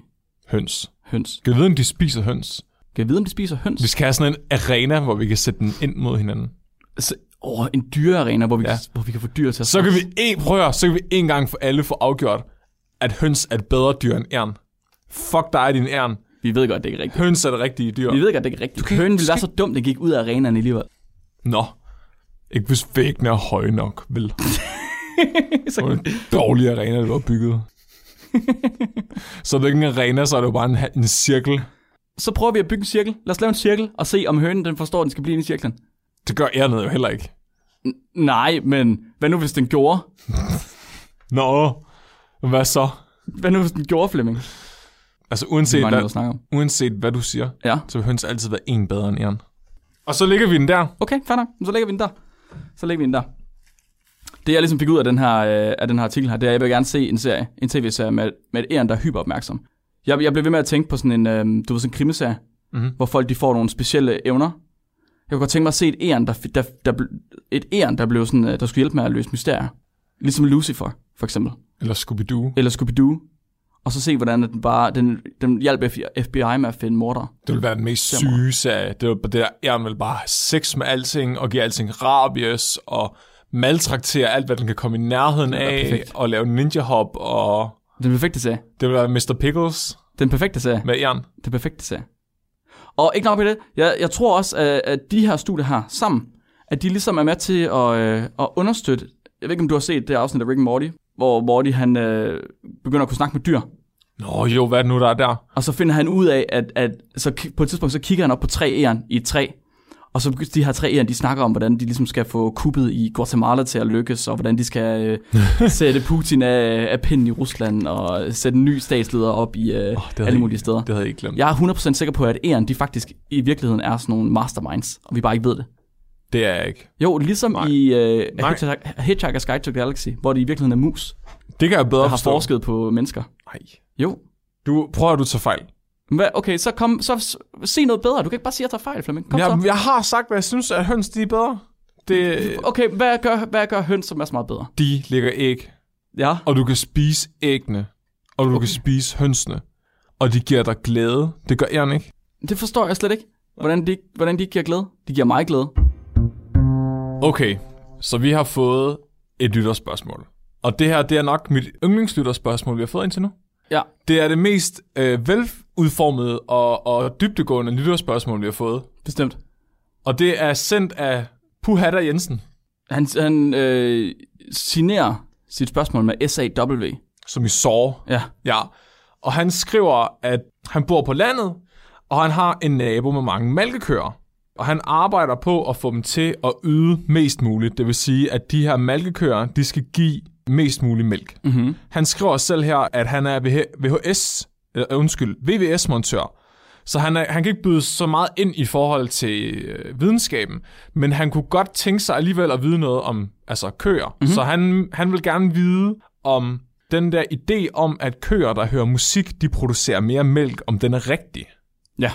Speaker 2: Høns.
Speaker 3: Høns.
Speaker 2: Kan vi vide, om de spiser høns?
Speaker 3: Kan jeg vide, om de spiser høns?
Speaker 2: Vi skal have sådan en arena, hvor vi kan sætte den ind mod hinanden.
Speaker 3: Så, åh, en dyrearena, hvor vi, ja.
Speaker 2: Ja.
Speaker 3: kan, hvor vi kan få dyr til at
Speaker 2: Så kan vi en, prøv at høre, så kan vi en gang for alle få afgjort, at høns er et bedre dyr end ærn. Fuck dig, din ærn.
Speaker 3: vi ved godt, det er ikke rigtigt.
Speaker 2: Høns er det rigtige dyr.
Speaker 3: Vi ved godt, det er ikke rigtigt. Hønen ville være så dum, den gik ud af arenaen alligevel.
Speaker 2: Nå. Ikke hvis væggene er høje nok, vel? det var en dårlig arena, du har bygget. så er det ikke en arena, så er det jo bare en, ha- en cirkel.
Speaker 3: Så prøver vi at bygge en cirkel. Lad os lave en cirkel og se, om hønen den forstår, at den skal blive inde i cirklen.
Speaker 2: Det gør ærnet jo heller ikke.
Speaker 3: Nej, men hvad nu, hvis den gjorde?
Speaker 2: Nå, hvad så?
Speaker 3: Hvad nu, hvis den gjorde, Flemming?
Speaker 2: Altså
Speaker 3: Det
Speaker 2: uanset
Speaker 3: er noget at
Speaker 2: hvad,
Speaker 3: snakke om.
Speaker 2: uanset hvad du siger,
Speaker 3: Ja.
Speaker 2: så vil høns altid være en bedre end ærn. Og så ligger vi den der.
Speaker 3: Okay, fair nok. Så lægger vi den der. Så lægger vi den der. Det, jeg ligesom fik ud af den her, øh, af den her artikel her, det er, at jeg vil gerne se en serie, en tv-serie med, med et æren, der er hyperopmærksom. Jeg, jeg blev ved med at tænke på sådan en, øh, du ved, sådan en krimiserie, mm-hmm.
Speaker 2: Mhm.
Speaker 3: hvor folk de får nogle specielle evner. Jeg kunne godt tænke mig at se et æren, der, der, der, bl- et æren, der, blev sådan, øh, der skulle hjælpe med at løse mysterier. Ligesom Lucifer, for eksempel.
Speaker 2: Eller Scooby-Doo.
Speaker 3: eller Scooby-Doo. og så se, hvordan at den bare den, den hjalp F- FBI med at finde morder.
Speaker 2: Det ville være den mest syge serie. Det var det der, æren vil bare have sex med alting, og give alting rabies, og maltraktere alt, hvad den kan komme i nærheden
Speaker 3: ville være
Speaker 2: af,
Speaker 3: perfekt.
Speaker 2: og lave ninja hop, og
Speaker 3: Den perfekte serie.
Speaker 2: det ville være Mr. Pickles
Speaker 3: Den perfekte serie.
Speaker 2: med æren.
Speaker 3: Den perfekte serie. Og ikke nok med det, jeg, jeg tror også, at, at de her studier her sammen, at de ligesom er med til at, øh, at understøtte, jeg ved ikke, om du har set det afsnit af Rick and Morty, hvor Morty han øh, begynder at kunne snakke med dyr,
Speaker 2: Nå jo, hvad er det nu, der er der?
Speaker 3: og så finder han ud af, at, at så ki- på et tidspunkt, så kigger han op på tre æren i et træ, og så begy- de her tre æren, de snakker om, hvordan de ligesom skal få kuppet i Guatemala til at lykkes, og hvordan de skal øh, sætte Putin af, af pinden i Rusland, og sætte en ny statsleder op i øh, oh, alle mulige steder.
Speaker 2: Det havde jeg ikke glemt. Ja.
Speaker 3: Jeg er 100% sikker på, at Eren, de faktisk i virkeligheden er sådan nogle masterminds, og vi bare ikke ved det.
Speaker 2: Det er jeg ikke.
Speaker 3: Jo, ligesom Nej. i uh,
Speaker 2: Nej.
Speaker 3: Hitchhiker- Hitchhiker's Guide to the Galaxy, hvor det i virkeligheden er mus,
Speaker 2: Det kan jeg bedre
Speaker 3: der har
Speaker 2: forstå.
Speaker 3: forsket på mennesker.
Speaker 2: Nej.
Speaker 3: Jo.
Speaker 2: Du, prøver du tager fejl.
Speaker 3: Hvad, okay, så, kom, så s- se noget bedre. Du kan ikke bare sige, at jeg tager fejl, Flemming. Kom
Speaker 2: Jeg,
Speaker 3: så.
Speaker 2: jeg har sagt, hvad jeg synes, at høns de er bedre. Det,
Speaker 3: Okay, hvad gør, hvad gør høns, som er så meget bedre?
Speaker 2: de ligger æg,
Speaker 3: Ja.
Speaker 2: og du kan spise æggene, og du okay. kan spise hønsene. Og de giver dig glæde. Det gør æren ikke.
Speaker 3: Det forstår jeg slet ikke. Hvordan de, hvordan de ikke giver glæde? De giver mig glæde.
Speaker 2: Okay, så vi har fået et lytterspørgsmål. Og det her, det er nok mit yndlingslytterspørgsmål, vi har fået indtil nu.
Speaker 3: Ja.
Speaker 2: Det er det mest øh, veludformede og, og dybtegående lytterspørgsmål, vi har fået.
Speaker 3: Bestemt.
Speaker 2: Og det er sendt af Puhatter Jensen,
Speaker 3: Han, han øh, signerer sit spørgsmål med SAW.
Speaker 2: som I sår.
Speaker 3: Ja.
Speaker 2: Ja. Og han skriver, at han bor på landet, og han har en nabo med mange malkekøer. Og han arbejder på at få dem til at yde mest muligt. Det vil sige, at de her malkekøer, de skal give mest mulig mælk. Mm-hmm. Han skriver selv her, at han er VH- VHS, eller, øh, undskyld, VVS-montør. Så han, er, han kan ikke byde så meget ind i forhold til øh, videnskaben, men han kunne godt tænke sig alligevel at vide noget om altså køer. Mm-hmm. Så han, han vil gerne vide om den der idé om, at køer, der hører musik, de producerer mere mælk, om den er rigtig.
Speaker 3: Ja.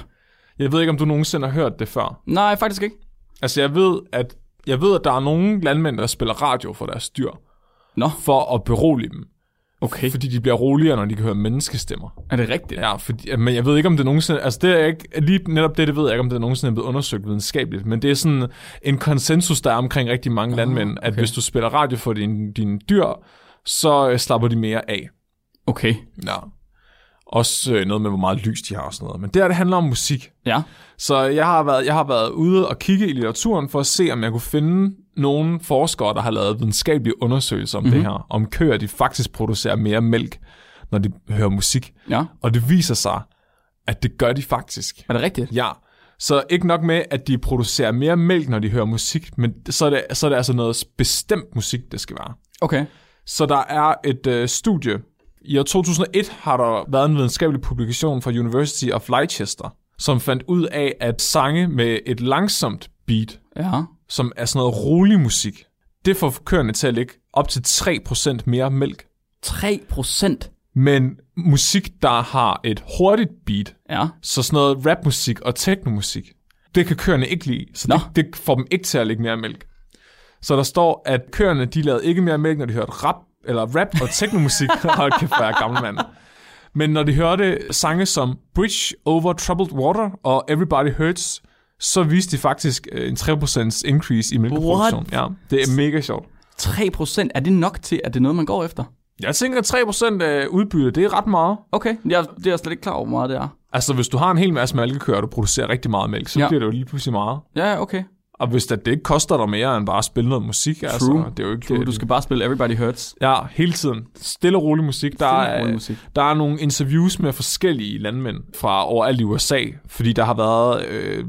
Speaker 2: Jeg ved ikke, om du nogensinde har hørt det før.
Speaker 3: Nej, faktisk ikke.
Speaker 2: Altså, jeg ved, at, jeg ved, at der er nogle landmænd, der spiller radio for deres dyr,
Speaker 3: Nå,
Speaker 2: for at berolige dem.
Speaker 3: okay.
Speaker 2: Fordi de bliver roligere, når de kan høre menneskestemmer.
Speaker 3: Er det rigtigt?
Speaker 2: Ja, fordi, men jeg ved ikke, om det nogensinde... Altså, det er ikke, lige netop det, det ved jeg ikke, om det nogensinde er blevet undersøgt videnskabeligt, men det er sådan en konsensus, der er omkring rigtig mange oh, landmænd, at hvis du spiller radio for dine din dyr, så øh, slapper de mere af.
Speaker 3: Okay.
Speaker 2: Ja. Også øh, noget med, hvor meget lys de har og sådan noget. Men det her, det handler om musik.
Speaker 3: Ja.
Speaker 2: Så jeg har, været, jeg har været ude og kigge i litteraturen for at se, om jeg kunne finde nogle forskere, der har lavet videnskabelige undersøgelser om mm-hmm. det her. Om køer, de faktisk producerer mere mælk, når de hører musik.
Speaker 3: Ja.
Speaker 2: Og det viser sig, at det gør de faktisk.
Speaker 3: Er det rigtigt?
Speaker 2: Ja, så ikke nok med, at de producerer mere mælk, når de hører musik, men så er det, så er det altså noget bestemt musik, det skal være.
Speaker 3: Okay.
Speaker 2: Så der er et øh, studie. I år 2001 har der været en videnskabelig publikation fra University of Leicester, som fandt ud af, at sange med et langsomt beat,
Speaker 3: Ja.
Speaker 2: som er sådan noget rolig musik, det får køerne til at lægge op til 3% mere mælk.
Speaker 3: 3 procent.
Speaker 2: Men musik, der har et hurtigt beat,
Speaker 3: Ja.
Speaker 2: så sådan noget rapmusik og teknomusik, det kan køerne ikke lide, så
Speaker 3: Nå.
Speaker 2: det, det får dem ikke til at lægge mere mælk. Så der står, at køerne, de lavede ikke mere mælk, når de hørte rap, eller rap og teknomusik. Hold kæft, hvor er jeg gammel mand. Men når de hørte sange som Bridge Over Troubled Water og Everybody Hurts, så viste de faktisk øh, en 3% increase i mælkeproduktion. Ja, det er mega sjovt.
Speaker 3: 3 procent. Er det nok til, at det er noget, man går efter?
Speaker 2: Jeg tænker, at 3% af udbytte, det er ret meget.
Speaker 3: Okay. Jeg, det er jeg slet ikke klar over, hvor meget det er.
Speaker 2: Altså, hvis du har en hel masse malkekøer, og du producerer rigtig meget mælk, så
Speaker 3: Ja.
Speaker 2: ja. bliver det jo lige pludselig meget.
Speaker 3: Ja, ja, okay.
Speaker 2: Og hvis det, det ikke koster dig mere end bare at spille noget musik, True. altså, det er jo ikke...
Speaker 3: Du, du skal bare spille Everybody Hurts.
Speaker 2: Ja, hele tiden. Stille og rolig musik. Der,
Speaker 3: Stille og
Speaker 2: er,
Speaker 3: rolig musik.
Speaker 2: der er nogle interviews med forskellige landmænd fra overalt i USA, fordi der har været... Øh,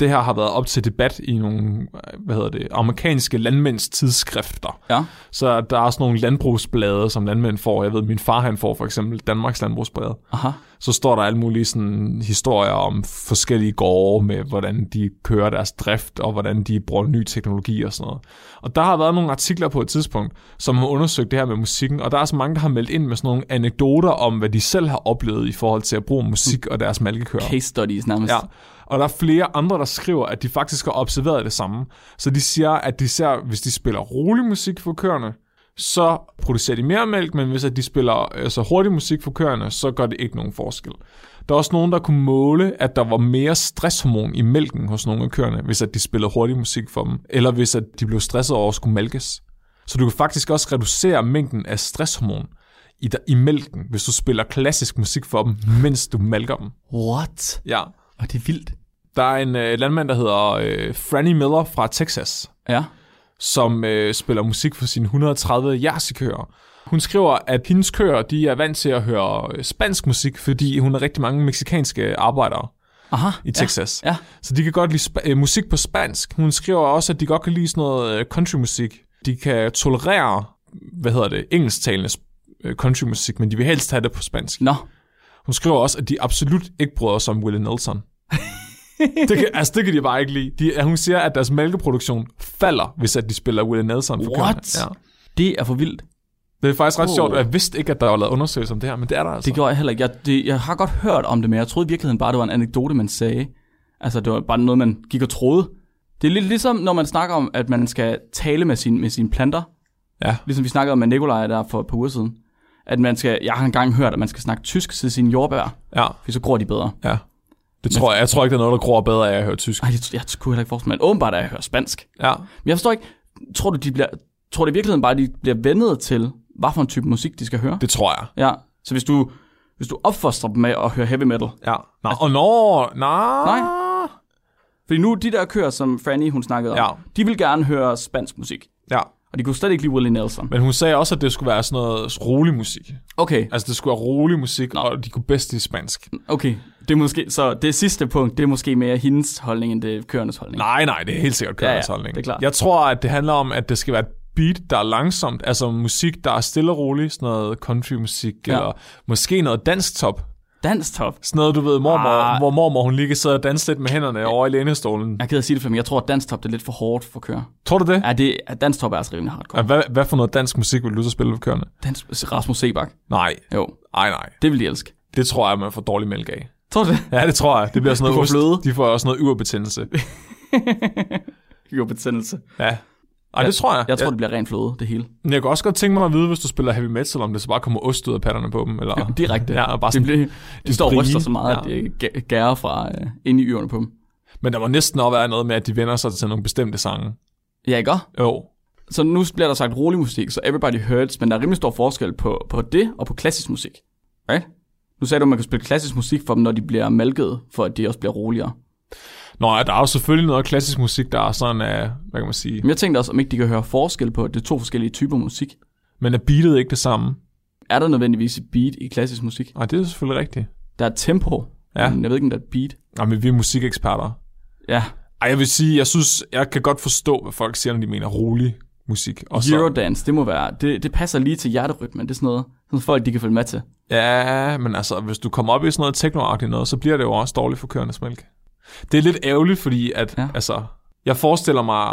Speaker 2: det her har været op til debat i nogle, øh, hvad hedder det, amerikanske landmænds tidsskrifter.
Speaker 3: Ja.
Speaker 2: Så der er sådan nogle landbrugsblade, som landmænd får. Jeg ved, min far han får for eksempel Danmarks landbrugsblade.
Speaker 3: Aha.
Speaker 2: Så står der alle mulige sådan, historier om forskellige gårde med, hvordan de kører deres drift, og hvordan de bruger ny teknologi og sådan noget. Og der har været nogle artikler på et tidspunkt, som har undersøgt det her med musikken, og der er så mange, der har meldt ind med sådan nogle anekdoter om, hvad de selv har oplevet i forhold til at bruge musik og deres malkekører.
Speaker 3: Case studies nærmest.
Speaker 2: Ja. Og der er flere andre, der skriver, at de faktisk har observeret det samme. Så de siger, at de ser, hvis de spiller rolig musik for køerne, så producerer de mere mælk, men hvis at de spiller øh, så hurtig musik for køerne, så gør det ikke nogen forskel. Der er også nogen, der kunne måle, at der var mere stresshormon i mælken hos nogle af køerne, hvis at de spillede hurtig musik for dem, eller hvis at de blev stresset over at skulle malkes. Så du kan faktisk også reducere mængden af stresshormon i, i mælken, hvis du spiller klassisk musik for dem, mens du malker dem.
Speaker 3: What?
Speaker 2: Ja.
Speaker 3: Og det er vildt.
Speaker 2: Der er en øh, landmand, der hedder øh, Franny Miller fra Texas,
Speaker 3: Ja.
Speaker 2: som øh, spiller musik for sine 130 jersikøer. Hun skriver, at hendes køer de er vant til at høre øh, spansk musik, fordi hun har rigtig mange meksikanske arbejdere
Speaker 3: Aha.
Speaker 2: i Texas.
Speaker 3: Ja. ja.
Speaker 2: Så de kan godt lide spa- øh, musik på spansk. Hun skriver også, at de godt kan lide sådan noget øh, countrymusik. De kan tolerere, hvad hedder det, engelsktalende sp- øh, countrymusik, men de vil helst have det på spansk.
Speaker 3: Nå.
Speaker 2: Hun skriver også, at de absolut ikke bryder sig om Willie Nelson. det kan, altså, det kan de bare ikke lide. De, hun siger, at deres mælkeproduktion falder, hvis at de spiller Willie Nelson for
Speaker 3: What?
Speaker 2: køerne.
Speaker 3: Det er for vildt.
Speaker 2: Ja. Det er faktisk ret
Speaker 3: Oh.
Speaker 2: oh. sjovt, og jeg vidste ikke, at der var lavet undersøgelser om det her, men det er der altså.
Speaker 3: Det gjorde jeg heller ikke. Jeg, det, jeg har godt hørt om det, men jeg troede i virkeligheden bare, det var en anekdote, man sagde. Altså, det var bare noget, man gik og troede. Det er lidt ligesom, når man snakker om, at man skal tale med, sin, med sine planter.
Speaker 2: Ja.
Speaker 3: Ligesom vi snakkede om med Nikolaj der for et par uger siden. At man skal, jeg har engang hørt, at man skal snakke tysk til sine jordbær,
Speaker 2: Ja,
Speaker 3: for så gror de bedre.
Speaker 2: ja. Det tror jeg, jeg tror ikke, der er noget, der gror bedre af at høre tysk.
Speaker 3: Ej, jeg, jeg kunne heller ikke forestille mig, at åbenbart er jeg hører spansk.
Speaker 2: Ja.
Speaker 3: Men jeg forstår ikke, tror du, de bliver, tror du i virkeligheden bare, de bliver vendet til, hvad for en type musik, de skal høre?
Speaker 2: Det tror jeg.
Speaker 3: Ja, så hvis du, hvis du opfostrer dem med at høre heavy metal.
Speaker 2: Ja. Nå, og nå, nå.
Speaker 3: Altså- Nej. Fordi nu, de der kører, som Franny, hun snakkede om,
Speaker 2: Ja.
Speaker 3: de vil gerne høre spansk musik.
Speaker 2: Ja.
Speaker 3: Og de kunne slet ikke lide Willie Nelson.
Speaker 2: Men hun sagde også, at det skulle være sådan noget rolig musik.
Speaker 3: Okay,
Speaker 2: Altså, det skulle være rolig musik, Nå. og de kunne bedst lide spansk.
Speaker 3: okay. Det er måske, så det sidste punkt, det er måske mere hendes holdning, end det er kørendes holdning.
Speaker 2: Nej, nej, det er helt sikkert kørendes
Speaker 3: Ja, ja,
Speaker 2: holdning.
Speaker 3: det er klart.
Speaker 2: Jeg tror, at det handler om, at det skal være et beat, der er langsomt, altså musik, der er stille og rolig, sådan noget countrymusik,
Speaker 3: Ja.
Speaker 2: ja. eller måske noget dansk top.
Speaker 3: Dans top.
Speaker 2: Sådan noget, du ved, mormor,
Speaker 3: Ah.
Speaker 2: ah. hvor mormor hun lige kan sidde og danse lidt med hænderne ja. over i lænestolen.
Speaker 3: Jeg er ked af at sige det, for men jeg tror, at dans top det er lidt for hårdt for kører.
Speaker 2: Tror du det?
Speaker 3: Ja, det, at dans top er altså rimelig hardcore.
Speaker 2: Ja. Hvad, hvad for noget dansk musik vil du så spille for køerne?
Speaker 3: Dans, Rasmus Sebak.
Speaker 2: Nej,
Speaker 3: Jo,
Speaker 2: nej, nej.
Speaker 3: det vil de elske.
Speaker 2: Det tror jeg, man får dårlig mælk af.
Speaker 3: Tror du det?
Speaker 2: Ja, det tror jeg. Det bliver sådan
Speaker 3: Du får
Speaker 2: noget ost.
Speaker 3: fløde.
Speaker 2: De får også noget yverbetændelse.
Speaker 3: Jo, betændelse.
Speaker 2: Ja. Ej, det tror jeg.
Speaker 3: Jeg tror,
Speaker 2: jeg,
Speaker 3: det bliver ren fløde, det hele.
Speaker 2: men jeg kunne også godt tænke mig at vide, hvis du spiller heavy metal, om det så bare kommer ost ud af patterne på dem. Eller...
Speaker 3: Direkte.
Speaker 2: Ja, og bare
Speaker 3: det
Speaker 2: sådan,
Speaker 3: bliver, de står og
Speaker 2: frie.
Speaker 3: ryster så meget,
Speaker 2: Ja.
Speaker 3: ja. at det gæ- gærer fra øh, ind i ørerne på dem.
Speaker 2: Men der må næsten også være noget med, at de vender sig til nogle bestemte sange.
Speaker 3: Ja, ikke også?
Speaker 2: Jo.
Speaker 3: Så nu bliver der sagt rolig musik, så everybody hurts, men der er rimelig stor forskel på, på det og på klassisk musik. Right? Nu sagde du, at man kan spille klassisk musik for dem, når de bliver malket, for at de også bliver roligere.
Speaker 2: Nå ja, der er jo selvfølgelig noget klassisk musik, der er sådan af, hvad kan man sige,
Speaker 3: Men jeg tænkte også, om ikke de kan høre forskel på, at det er to forskellige typer musik.
Speaker 2: men er beatet ikke det samme?
Speaker 3: Er der nødvendigvis et beat i klassisk musik?
Speaker 2: Nej, det er selvfølgelig rigtigt.
Speaker 3: Der er et tempo,
Speaker 2: Ja.
Speaker 3: men jeg ved ikke, om der er et beat.
Speaker 2: Nå, men vi er musikeksperter.
Speaker 3: Ja,
Speaker 2: Ej, jeg vil sige, jeg synes, jeg kan godt forstå, hvad folk siger, når de mener rolig musik. Og så,
Speaker 3: Eurodance, det må være, det, det passer lige til hjerterytmen, det er sådan noget, sådan folk, de kan følge med til.
Speaker 2: ja, men altså, hvis du kommer op i sådan noget techno noget, så bliver det jo også dårligt for kørendes mælk. Det er lidt ærgerligt, fordi at,
Speaker 3: Ja.
Speaker 2: ja. altså, jeg forestiller mig,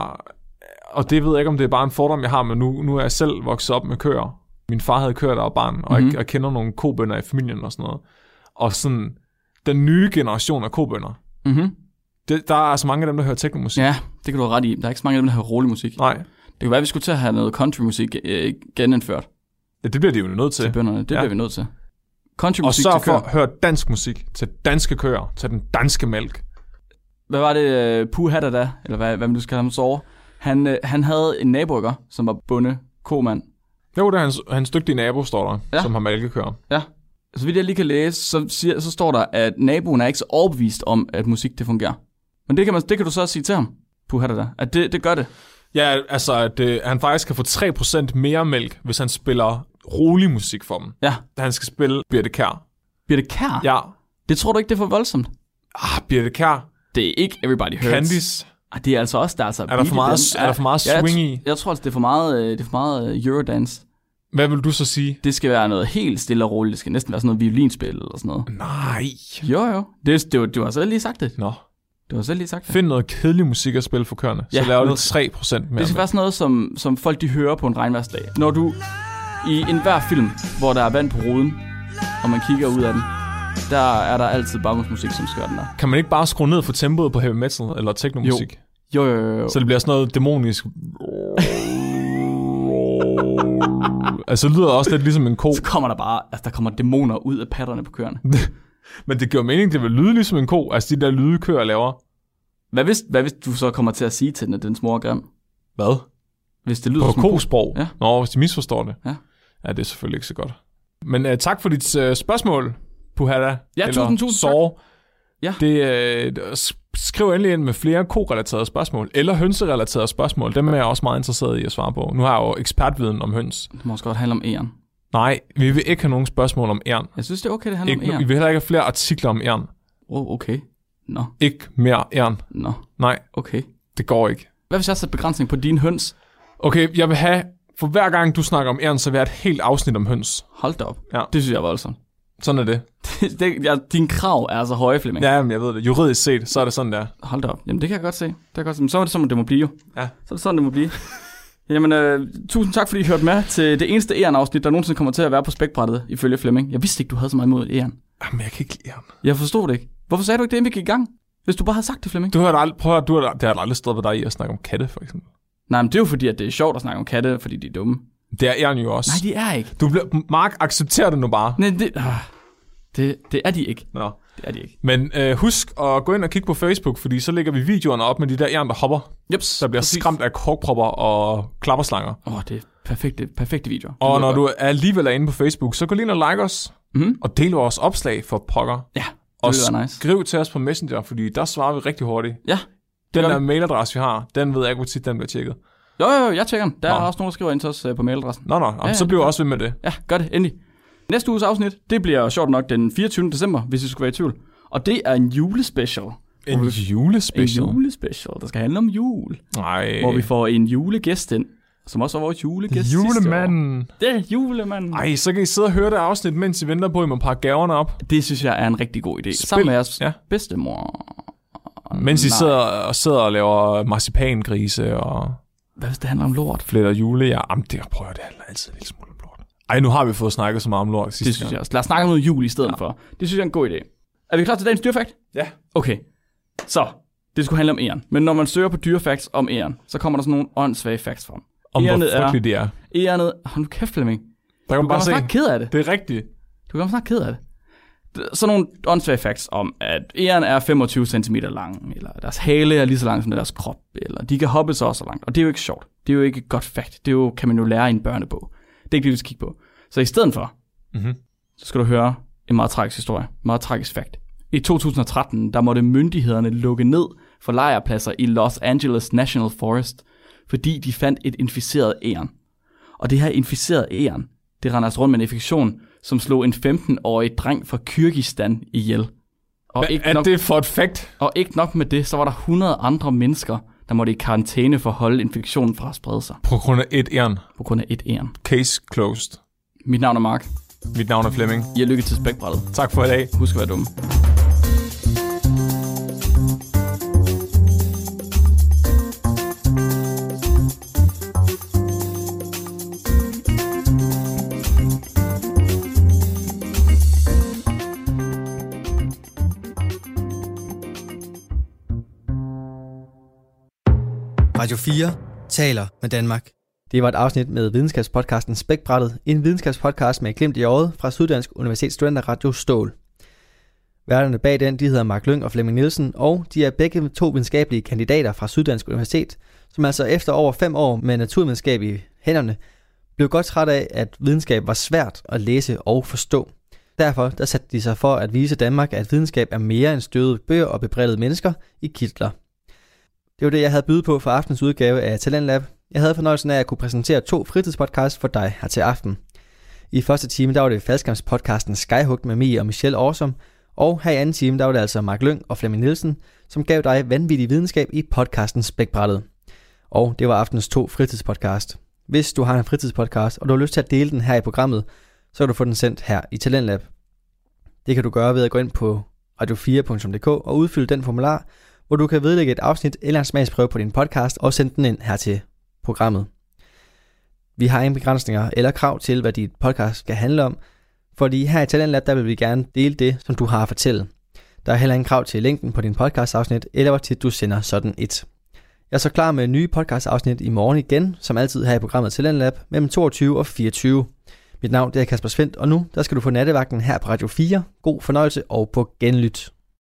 Speaker 2: og det ved jeg ikke, om det er bare en fordom, jeg har, men nu, nu er jeg selv vokset op med køer. Min far havde køer, der var barn,
Speaker 3: Mhm.
Speaker 2: og mm-hmm. jeg, jeg kender nogle kobønder i familien og sådan noget. Og sådan, den nye generation af kobønder,
Speaker 3: Mhm.
Speaker 2: det, der er altså mange af dem, der hører teknomusik.
Speaker 3: Ja, det kan du have ret i. Der er ikke så mange af dem, der har rolig musik.
Speaker 2: Nej,
Speaker 3: Det kan være, at vi skulle til at have noget countrymusik øh, genindført
Speaker 2: ja, det bliver de jo nødt til.
Speaker 3: til bønderne. Det
Speaker 2: Ja.
Speaker 3: bliver vi nødt til.
Speaker 2: Og
Speaker 3: Countrymusik
Speaker 2: sørg
Speaker 3: til
Speaker 2: for
Speaker 3: køer.
Speaker 2: at høre dansk musik til danske køer, til den danske mælk.
Speaker 3: Hvad var det, uh, Puhatter da, eller hvad, hvad man nu skal kalde ham så over? Han, øh, han havde en naburger, som var bonde, komand.
Speaker 2: Jo, det er hans, hans dygtige nabo, står der,
Speaker 3: Ja.
Speaker 2: ja. som har mælkekøer.
Speaker 3: Ja. Så vidt jeg lige kan læse, så, siger, så står der, at naboen er ikke så overbevist om, at musik det fungerer. Men det kan, man, det kan du så også sige til ham, Puhatter da, at det, det gør det.
Speaker 2: Ja, altså, at øh, han faktisk kan få 3% mere mælk, hvis han spiller rolig musik for dem.
Speaker 3: Ja.
Speaker 2: Da han skal spille Birte Kær.
Speaker 3: Birte Kær?
Speaker 2: Ja.
Speaker 3: Det tror du ikke, det er for voldsomt?
Speaker 2: Ah, Birte Kær.
Speaker 3: Det er ikke Everybody Hurts.
Speaker 2: Candice.
Speaker 3: Ah, det er altså også, der er altså
Speaker 2: der for meget- er der for meget swing
Speaker 3: jeg,
Speaker 2: i?
Speaker 3: Jeg tror altså, det er for meget, øh, det er for meget øh, Eurodance.
Speaker 2: Hvad vil du så sige?
Speaker 3: Det skal være noget helt stille og roligt. Det skal næsten være sådan noget violinspil eller sådan noget.
Speaker 2: Nej.
Speaker 3: Jo, jo. Det, det, var- du har selv lige sagt det.
Speaker 2: Nå.
Speaker 3: Du har selv lige sagt det.
Speaker 2: Find noget kedelig musik at spille for køerne.
Speaker 3: Ja,
Speaker 2: så laver
Speaker 3: noget-
Speaker 2: det 3% mere
Speaker 3: Det skal være sådan noget, som, som folk de hører på en regnværsdag. Når du i enhver film, hvor der er vand på ruden, og man kigger ud af den, der er der altid baggrundsmusik, som skør den der.
Speaker 2: Kan man ikke bare skrue ned for tempoet på heavy metal eller teknomusik?
Speaker 3: Jo, jo, jo. jo.
Speaker 2: Så det bliver sådan noget dæmonisk. Altså, det lyder også lidt ligesom en ko.
Speaker 3: Så kommer der bare, altså der kommer dæmoner ud af patterne på køerne.
Speaker 2: Men det giver mening, det vil lyde ligesom en ko. Altså, de der lyde, køer laver.
Speaker 3: Hvad hvis, hvad hvis du så kommer til at sige til den, at dens mor er grim?
Speaker 2: Hvad?
Speaker 3: Hvis det lyder
Speaker 2: På
Speaker 3: som
Speaker 2: kosprog.
Speaker 3: Ja.
Speaker 2: Nå, hvis de misforstår det.
Speaker 3: Ja.
Speaker 2: ja det er selvfølgelig ikke så godt. Men uh, tak for dit uh, spørgsmål, Puhada.
Speaker 3: Ja,
Speaker 2: eller
Speaker 3: tusind, tusind
Speaker 2: Sår.
Speaker 3: Ja.
Speaker 2: Det, uh, skriv endelig ind med flere ko-relaterede spørgsmål, eller hønserelaterede spørgsmål. Dem er jeg også meget interesseret i at svare på. Nu har jeg jo ekspertviden om høns.
Speaker 3: Det må også godt handle om æren.
Speaker 2: Nej, vi vil ikke have nogen spørgsmål om æren.
Speaker 3: Jeg synes, det er okay, det handler
Speaker 2: Ikke,
Speaker 3: ikke, om
Speaker 2: vi
Speaker 3: æren.
Speaker 2: vil heller ikke have flere artikler om æren.
Speaker 3: Åh, oh, okay. Nå,
Speaker 2: Ikke mere æren.
Speaker 3: nå,
Speaker 2: Nej,
Speaker 3: okay.
Speaker 2: det går ikke.
Speaker 3: Hvad hvis jeg sætter begrænsning på dine høns?
Speaker 2: Okay, jeg vil have... For hver gang du snakker om æren, så vil jeg have et helt afsnit om høns.
Speaker 3: Hold da op.
Speaker 2: Ja.
Speaker 3: Det synes jeg er voldsomt.
Speaker 2: Sådan er det.
Speaker 3: Det, det, ja, dine krav er så høje, Flemming.
Speaker 2: Ja, men jeg ved det. Juridisk set, så er det sådan der.
Speaker 3: Hold da op. Jamen, det kan jeg godt se. Det kan jeg godt se. Men så er det sådan, det må blive jo.
Speaker 2: Ja.
Speaker 3: Så er det sådan, det må blive. Jamen, øh, tusind tak, fordi I hørte med til det eneste æren-afsnit, der nogensinde kommer til at være på spækbrættet, ifølge Flemming. Jeg vidste ikke, du havde så meget imod æren.
Speaker 2: Jamen, Ah, jeg kan ikke lide ham.
Speaker 3: Jeg forstod det ikke. Hvorfor sagde du ikke det, inden vi gik i gang? Hvis du bare havde sagt det, Flemming.
Speaker 2: Du har aldrig, prøv at, høre, du har, det har jeg aldrig stået på dig i at snakke om katte, for eksempel.
Speaker 3: Nej, men det er jo fordi, at det er sjovt at snakke om katte, fordi de er dumme.
Speaker 2: Det er æren jo også.
Speaker 3: Nej, de er ikke.
Speaker 2: Du bliver, Mark, accepter det nu bare.
Speaker 3: Nej, det, øh, det, det er de ikke.
Speaker 2: Nå.
Speaker 3: Det er de ikke.
Speaker 2: Men øh, husk at gå ind og kigge på Facebook, fordi så lægger vi videoerne op med de der æren, der hopper.
Speaker 3: Jeps.
Speaker 2: Der bliver
Speaker 3: præcis.
Speaker 2: skræmt af korkpropper og klapperslanger.
Speaker 3: Åh, oh, det er perfekte, perfekte videoer. Det
Speaker 2: Og
Speaker 3: lyder
Speaker 2: når
Speaker 3: godt.
Speaker 2: du alligevel er inde på Facebook, så gå lige ind og like os.
Speaker 3: Mhm.
Speaker 2: Og del vores opslag for pokker.
Speaker 3: Ja,
Speaker 2: Og
Speaker 3: det lyder nice.
Speaker 2: skriv til os på Messenger, fordi der svarer vi rigtig hurtigt.
Speaker 3: Ja.
Speaker 2: Den
Speaker 3: gør
Speaker 2: der
Speaker 3: vi.
Speaker 2: mailadresse, vi har, den ved jeg ikke, hvor tit den bliver tjekket.
Speaker 3: Jo, jo, jo, jeg tjekker den. Der
Speaker 2: Nå.
Speaker 3: er også nogen, der skriver ind til os øh, på mailadressen.
Speaker 2: Nå, nå, jamen,
Speaker 3: ja,
Speaker 2: så
Speaker 3: det
Speaker 2: bliver jeg også ved med det.
Speaker 3: Ja, gør det, endelig. Næste uges afsnit, det bliver sjovt nok den 24. december, hvis I skulle være i tvivl. Og det er en julespecial.
Speaker 2: En julespecial.
Speaker 3: En julespecial, der skal handle om jul.
Speaker 2: Nej.
Speaker 3: Hvor vi får en julegæst ind, som også var vores julegæst Sidste
Speaker 2: Julemanden.
Speaker 3: år. Det er julemanden.
Speaker 2: Ej, så kan I sidde og høre det afsnit, mens I venter på, at I må pakke gaverne op.
Speaker 3: Det synes jeg er en rigtig god idé. Spil. Sammen med jeres
Speaker 2: Ja.
Speaker 3: ja. bedstemor.
Speaker 2: Mens I
Speaker 3: nej.
Speaker 2: sidder og, sidder og laver marcipangrise og
Speaker 3: Hvad hvis det handler om lort?
Speaker 2: fletter jule. Ja, jamen, det prøver det handler altid en lille smule om lort. Ej, nu har vi fået snakket så meget om lort sidste
Speaker 3: Det synes jeg
Speaker 2: gang.
Speaker 3: også. Lad os snakke om noget jul i stedet ja. for. Det synes jeg er en god idé. Er vi klar til dagens dyrefakt?
Speaker 2: Ja.
Speaker 3: Okay. Så, det skulle handle om æren. Men når man søger på dyrefacts om æren, så kommer der sådan nogle åndssvage facts frem.
Speaker 2: Om hvor
Speaker 3: Ærenet er-
Speaker 2: frygteligt det er.
Speaker 3: Ærenet... Hold nu kæft, Flemming.
Speaker 2: Der kan
Speaker 3: Du
Speaker 2: man bare
Speaker 3: kommer
Speaker 2: se.
Speaker 3: snart ked af det.
Speaker 2: Det er rigtigt.
Speaker 3: Du kommer snart ked af det. D- Sådan nogle åndssvage facts om, at æren er 25 cm lang, eller deres hale er lige så lang som deres krop, eller de kan hoppe så og så langt. Og det er jo ikke sjovt. Det er jo ikke et godt fact. Det er jo, kan man jo lære i en børnebog. Det er ikke det, vi skal kigge på. Så i stedet for,
Speaker 2: Mhm.
Speaker 3: så skal du høre en meget tragisk historie. En meget tragisk fact. I 2013, der måtte myndighederne lukke ned for lejrpladser i Los Angeles National Forest, fordi de fandt et inficeret æren. Og det her inficerede æren, det render altså rundt med en infektion, som slog en 15-årig dreng fra Kyrgyzstan ihjel. Og ikke,
Speaker 2: Er
Speaker 3: nok,
Speaker 2: det for et fact?
Speaker 3: og ikke nok med det, så var der 100 andre mennesker, der måtte i karantæne for at holde infektionen fra at sprede sig,
Speaker 2: På grund af et æren.
Speaker 3: på grund af et æren.
Speaker 2: Case closed.
Speaker 3: Mit navn er Mark.
Speaker 2: Mit navn er Flemming.
Speaker 3: I har lykke til spækbrættet.
Speaker 2: Tak for i dag.
Speaker 3: Husk at være dumme.
Speaker 1: Radio 4 taler med Danmark. Det var et afsnit med videnskabspodcasten Spækbrættet, en videnskabspodcast med et glimt i øjet fra Syddansk Universitets Studenter Radio Stål. Værterne bag den, de hedder Mark Lyng og Flemming Nielsen, og de er begge to videnskabelige kandidater fra Syddansk Universitet, som altså efter over fem år med naturvidenskab i hænderne, blev godt træt af, at videnskab var svært at læse og forstå. Derfor der satte de sig for at vise Danmark, at videnskab er mere end støvede bøger og bebrillede mennesker i kitler. Det var det, jeg havde bydet på for aftens udgave af Talentlab. Jeg havde fornøjelsen af at kunne præsentere to fritidspodcasts for dig her til aften. I første time, der var det faldskampspodcasten Skyhugt med Mie og Michelle Awesome, og her i anden time, der var det altså Mark Lyng og Flemming Nielsen, som gav dig vanvittig videnskab i podcasten Spækbrættet. Og det var aftens to fritidspodcast. Hvis du har en fritidspodcast, og du har lyst til at dele den her i programmet, så kan du få den sendt her i Talentlab. Det kan du gøre ved at gå ind på radio4.dk og udfylde den formular, hvor du kan vedlægge et afsnit eller en smagsprøve på din podcast og sende den ind her til programmet. Vi har ingen begrænsninger eller krav til, hvad dit podcast skal handle om, fordi her i Talentlab, der vil vi gerne dele det, som du har at fortælle. Der er heller ingen krav til længden på din podcastafsnit, eller hvor tit du sender sådan et. Jeg er så klar med nye podcastafsnit i morgen igen, som altid her i programmet Talentlab, mellem 22 og 24. Mit navn det er Kasper Svendt, og nu der skal du få nattevagten her på Radio 4. God fornøjelse og på genlyt.